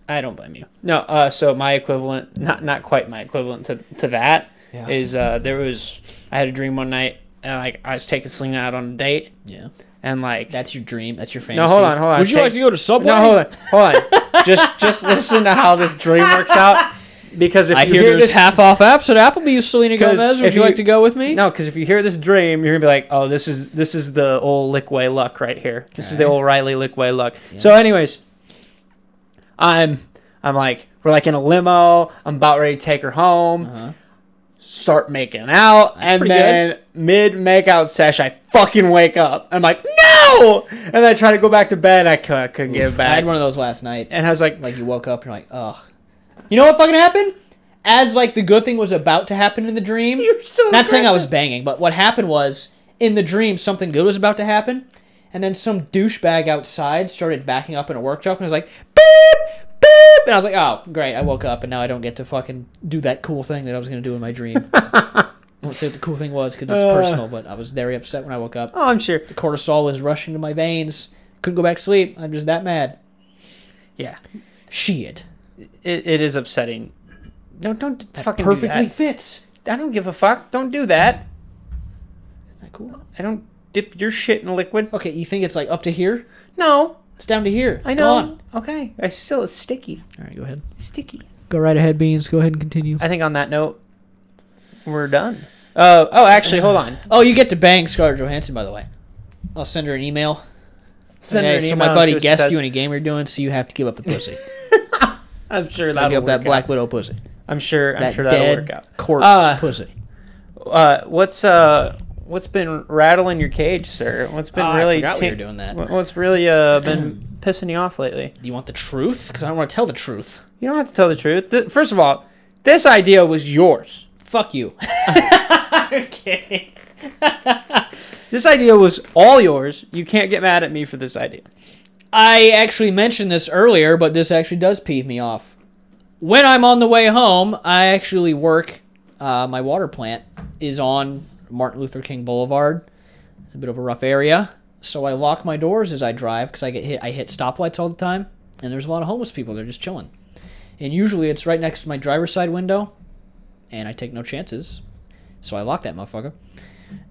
[SPEAKER 1] I don't blame you. No, uh, so my equivalent, not not quite my equivalent to to that, is
[SPEAKER 2] Yeah.
[SPEAKER 1] uh, there was I had a dream one night and like I was taking Selena out on a date
[SPEAKER 2] Yeah.
[SPEAKER 1] and like
[SPEAKER 2] That's your dream. That's your fantasy.
[SPEAKER 1] No, hold on, hold on.
[SPEAKER 2] Would you
[SPEAKER 1] Take-
[SPEAKER 2] like to go to Subway?
[SPEAKER 1] No, hold on, hold on. just just listen to how this dream works out. Because if
[SPEAKER 2] I
[SPEAKER 1] you
[SPEAKER 2] hear, there's
[SPEAKER 1] this,
[SPEAKER 2] half off apps at Applebee's. Selena
[SPEAKER 1] 'Cause
[SPEAKER 2] Gomez, would
[SPEAKER 1] if
[SPEAKER 2] you,
[SPEAKER 1] you-
[SPEAKER 2] like to go with me?
[SPEAKER 1] no, because if you hear this dream, you're gonna be like, oh, this is this is the old Lickway luck right here. This is the
[SPEAKER 2] Okay.
[SPEAKER 1] old Riley Lickway luck. So,
[SPEAKER 2] Yes.
[SPEAKER 1] anyways, I'm I'm like we're like in a limo. I'm about ready to take her home.
[SPEAKER 2] Uh-huh.
[SPEAKER 1] start making out, and
[SPEAKER 2] pretty
[SPEAKER 1] then mid makeout sesh, I fucking wake up. I'm like, no, and then I try to go back to bed. I cou- couldn't get it
[SPEAKER 2] I
[SPEAKER 1] back,
[SPEAKER 2] had one of those last night.
[SPEAKER 1] and I was like,
[SPEAKER 2] Like you woke up, and you're like, ugh. You know what fucking happened? As like the good thing was about to happen in the dream.
[SPEAKER 1] You're so
[SPEAKER 2] not saying I was
[SPEAKER 1] aggressive.
[SPEAKER 2] banging, but what happened was in the dream something good was about to happen, and then some douchebag outside started backing up in a work truck and was like, beep, beep, and I was like, oh great, I woke up and now I don't get to fucking do that cool thing that I was gonna do in my dream. I won't say what the cool thing was because it's
[SPEAKER 1] Uh.
[SPEAKER 2] personal, but I was very upset when I woke up.
[SPEAKER 1] oh, I'm sure.
[SPEAKER 2] The cortisol was rushing to my veins. Couldn't go back to sleep. I'm just that mad.
[SPEAKER 1] Yeah,
[SPEAKER 2] Shit.
[SPEAKER 1] it, it is upsetting. No, don't
[SPEAKER 2] That
[SPEAKER 1] fucking
[SPEAKER 2] perfectly
[SPEAKER 1] Do
[SPEAKER 2] fits.
[SPEAKER 1] that. I don't give a fuck. Don't do that.
[SPEAKER 2] Isn't that cool?
[SPEAKER 1] I don't dip your shit in liquid.
[SPEAKER 2] Okay, you think it's like up to here?
[SPEAKER 1] No,
[SPEAKER 2] It's down to here.
[SPEAKER 1] I
[SPEAKER 2] It's
[SPEAKER 1] know.
[SPEAKER 2] gone.
[SPEAKER 1] Okay, I still it's sticky.
[SPEAKER 2] All right, go ahead.
[SPEAKER 1] sticky.
[SPEAKER 2] Go right ahead, Beans. Go ahead and continue.
[SPEAKER 1] I think on that note, we're done. Uh, oh, actually, hold on.
[SPEAKER 2] Oh, you get to bang Scarlett Johansson, by the way. I'll send her an email.
[SPEAKER 1] Send her
[SPEAKER 2] Hey,
[SPEAKER 1] an
[SPEAKER 2] so
[SPEAKER 1] email
[SPEAKER 2] my
[SPEAKER 1] and see
[SPEAKER 2] buddy
[SPEAKER 1] what she
[SPEAKER 2] guessed
[SPEAKER 1] says.
[SPEAKER 2] you in a game you're doing, so you have to give up the pussy.
[SPEAKER 1] I'm sure
[SPEAKER 2] Gotta
[SPEAKER 1] that'll
[SPEAKER 2] give up
[SPEAKER 1] work
[SPEAKER 2] that Black
[SPEAKER 1] out.
[SPEAKER 2] Widow pussy.
[SPEAKER 1] I'm sure. I'm
[SPEAKER 2] that
[SPEAKER 1] sure that'll work
[SPEAKER 2] dead
[SPEAKER 1] out.
[SPEAKER 2] corpse
[SPEAKER 1] Uh,
[SPEAKER 2] pussy.
[SPEAKER 1] Uh, what's uh, what's been rattling your cage, sir? What's been
[SPEAKER 2] Oh, I
[SPEAKER 1] really?
[SPEAKER 2] forgot we
[SPEAKER 1] tin-
[SPEAKER 2] were doing that.
[SPEAKER 1] what- What's really uh been pissing you off lately?
[SPEAKER 2] Do you want the truth? Because I don't want to tell the truth.
[SPEAKER 1] You don't have to tell the truth. Th- first of all, this idea was yours.
[SPEAKER 2] Fuck you. okay.
[SPEAKER 1] This idea was all yours. You can't get mad at me for this idea.
[SPEAKER 2] I actually mentioned this earlier, but this actually does peeve me off. When I'm on the way home, I actually work. Uh, my water plant is on Martin Luther King Boulevard. It's a bit of a rough area, so I lock my doors as I drive because I get hit. I hit stoplights all the time, and there's a lot of homeless people. They're just chilling, and usually it's right next to my driver's side window, and I take no chances, so I lock that motherfucker.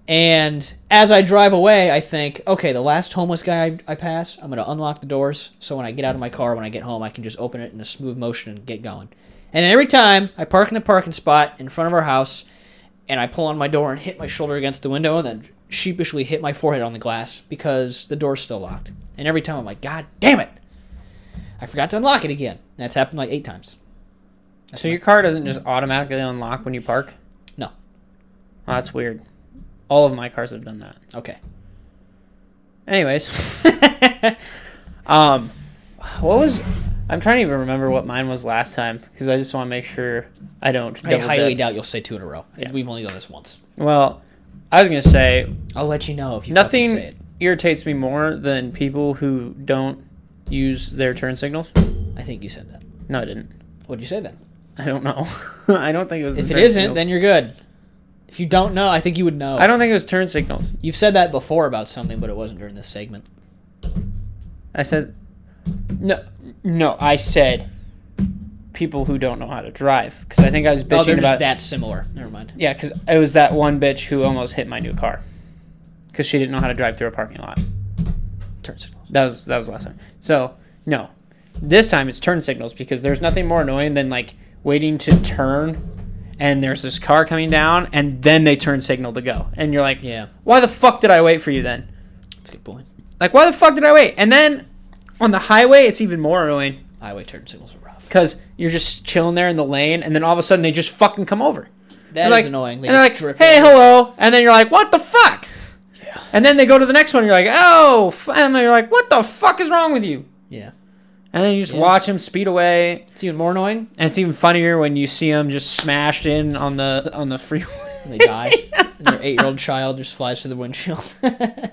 [SPEAKER 2] And as I drive away, I think, okay, the last homeless guy I, I pass, I'm going to unlock the doors. So when I get out of my car, when I get home, I can just open it in a smooth motion and get going. And every time I park in the parking spot in front of our house and I pull on my door and hit my shoulder against the window and then sheepishly hit my forehead on the glass because the door's still locked. And every time I'm like, God damn it. I forgot to unlock it again. That's happened like eight times.
[SPEAKER 1] So your car doesn't just automatically unlock when you park.
[SPEAKER 2] No.
[SPEAKER 1] Oh, that's weird. All of my cars have done that.
[SPEAKER 2] Okay.
[SPEAKER 1] Anyways, um, what was? I'm trying to even remember what mine was last time because I just want to make sure I don't.
[SPEAKER 2] I
[SPEAKER 1] double
[SPEAKER 2] highly
[SPEAKER 1] dip.
[SPEAKER 2] doubt you'll say two in a row.
[SPEAKER 1] Yeah.
[SPEAKER 2] We've only done this once.
[SPEAKER 1] Well, I was gonna say
[SPEAKER 2] I'll let you know if you fucking say
[SPEAKER 1] nothing
[SPEAKER 2] it.
[SPEAKER 1] irritates me more than people who don't use their turn signals.
[SPEAKER 2] I think you said that.
[SPEAKER 1] No, I didn't.
[SPEAKER 2] What'd you say then?
[SPEAKER 1] I don't know. I don't think it was.
[SPEAKER 2] If
[SPEAKER 1] the
[SPEAKER 2] it
[SPEAKER 1] turn
[SPEAKER 2] isn't,
[SPEAKER 1] signal.
[SPEAKER 2] then you're good. If you don't know, I think you would know.
[SPEAKER 1] I don't think it was turn signals.
[SPEAKER 2] You've said that before about something, but it wasn't during this segment.
[SPEAKER 1] I said, no, no. I said people who don't know how to drive because I think I was
[SPEAKER 2] Oh,
[SPEAKER 1] bitching
[SPEAKER 2] they're just
[SPEAKER 1] about
[SPEAKER 2] that similar. Never mind.
[SPEAKER 1] Yeah, because it was that one bitch who almost hit my new car because she didn't know how to drive through a parking lot.
[SPEAKER 2] Turn signals.
[SPEAKER 1] That was that was last time. So no, this time it's turn signals because there's nothing more annoying than like waiting to turn and there's this car coming down and then they turn signal to go and you're like,
[SPEAKER 2] Yeah.
[SPEAKER 1] why the fuck did I wait for you then?
[SPEAKER 2] That's a good point.
[SPEAKER 1] Like why the fuck did I wait? And then on the highway it's even more annoying
[SPEAKER 2] Highway turn signals are rough.
[SPEAKER 1] because you're just chilling there in the lane and then all of a sudden they just fucking come over.
[SPEAKER 2] That is
[SPEAKER 1] They're like,
[SPEAKER 2] annoying.
[SPEAKER 1] And they're like,
[SPEAKER 2] just drift
[SPEAKER 1] hey,
[SPEAKER 2] over.
[SPEAKER 1] hello. And then you're like, what the fuck? And then they go to the next one. You're like, oh, f-. and then you're like, what the fuck is wrong with you?
[SPEAKER 2] Yeah.
[SPEAKER 1] And then you just
[SPEAKER 2] Yeah.
[SPEAKER 1] watch them speed away.
[SPEAKER 2] It's even more annoying.
[SPEAKER 1] And it's even funnier when you see them just smashed in on the on the freeway.
[SPEAKER 2] And they die. and their eight-year-old child just flies through the windshield.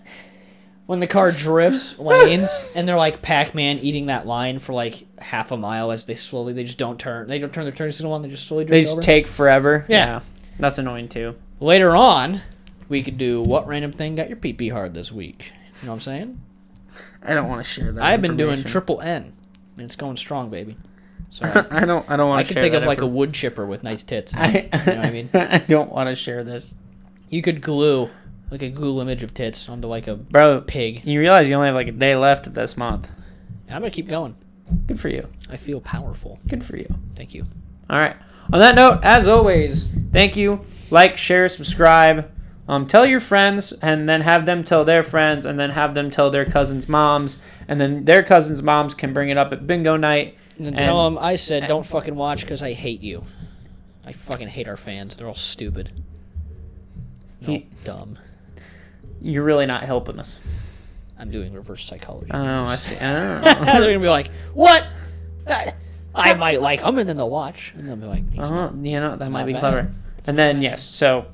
[SPEAKER 2] when the car drifts, lanes, and they're like Pac-Man eating that line for like half a mile as they slowly they just don't turn. They don't turn their turn signal on. They just slowly drift
[SPEAKER 1] They just
[SPEAKER 2] over.
[SPEAKER 1] take forever.
[SPEAKER 2] Yeah.
[SPEAKER 1] That's annoying too.
[SPEAKER 2] Later on, we could do what random thing got your pee pee hard this week. You know what I'm saying?
[SPEAKER 1] I don't want to share that.
[SPEAKER 2] I've been doing
[SPEAKER 1] information.
[SPEAKER 2] triple N, and it's going strong, baby. So
[SPEAKER 1] I don't. I don't
[SPEAKER 2] I
[SPEAKER 1] want to.
[SPEAKER 2] could think of like a wood chipper with nice tits.
[SPEAKER 1] I,
[SPEAKER 2] you know what I mean?
[SPEAKER 1] I don't want to share this,
[SPEAKER 2] You could glue like a glue image of tits onto like a
[SPEAKER 1] bro.
[SPEAKER 2] pig.
[SPEAKER 1] You realize you only have like a day left this month.
[SPEAKER 2] I'm gonna keep going.
[SPEAKER 1] Good for you.
[SPEAKER 2] I feel powerful.
[SPEAKER 1] Good for you.
[SPEAKER 2] Thank you.
[SPEAKER 1] All right. On that note, as always, thank you. Like, share, subscribe. Um, tell your friends, and then have them tell their friends, and then have them tell their cousins' moms, and then their cousins' moms can bring it up at bingo night.
[SPEAKER 2] And then
[SPEAKER 1] And-
[SPEAKER 2] tell 'em I said don't fucking watch because I hate you. I fucking hate our fans. They're all stupid. They're all
[SPEAKER 1] He-
[SPEAKER 2] dumb.
[SPEAKER 1] You're really not helping us.
[SPEAKER 2] I'm doing reverse psychology.
[SPEAKER 1] Oh, I see.
[SPEAKER 2] They're
[SPEAKER 1] Oh.
[SPEAKER 2] gonna be like, what? I- I might like him, and then they'll watch, and they'll be like, "He's
[SPEAKER 1] Uh-huh. You know, that might
[SPEAKER 2] not
[SPEAKER 1] be
[SPEAKER 2] bad.
[SPEAKER 1] clever. And then, yes, so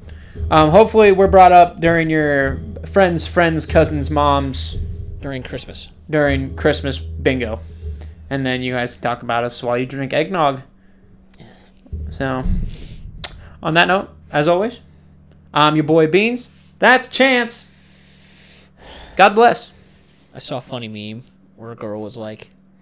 [SPEAKER 1] um, hopefully we're brought up during your friends, friends, cousins, moms
[SPEAKER 2] during Christmas.
[SPEAKER 1] during Christmas bingo. And then you guys can talk about us while you drink eggnog. So, on that note, as always, I'm your boy Beans. That's Chance. God bless.
[SPEAKER 2] I saw a funny meme where a girl was like,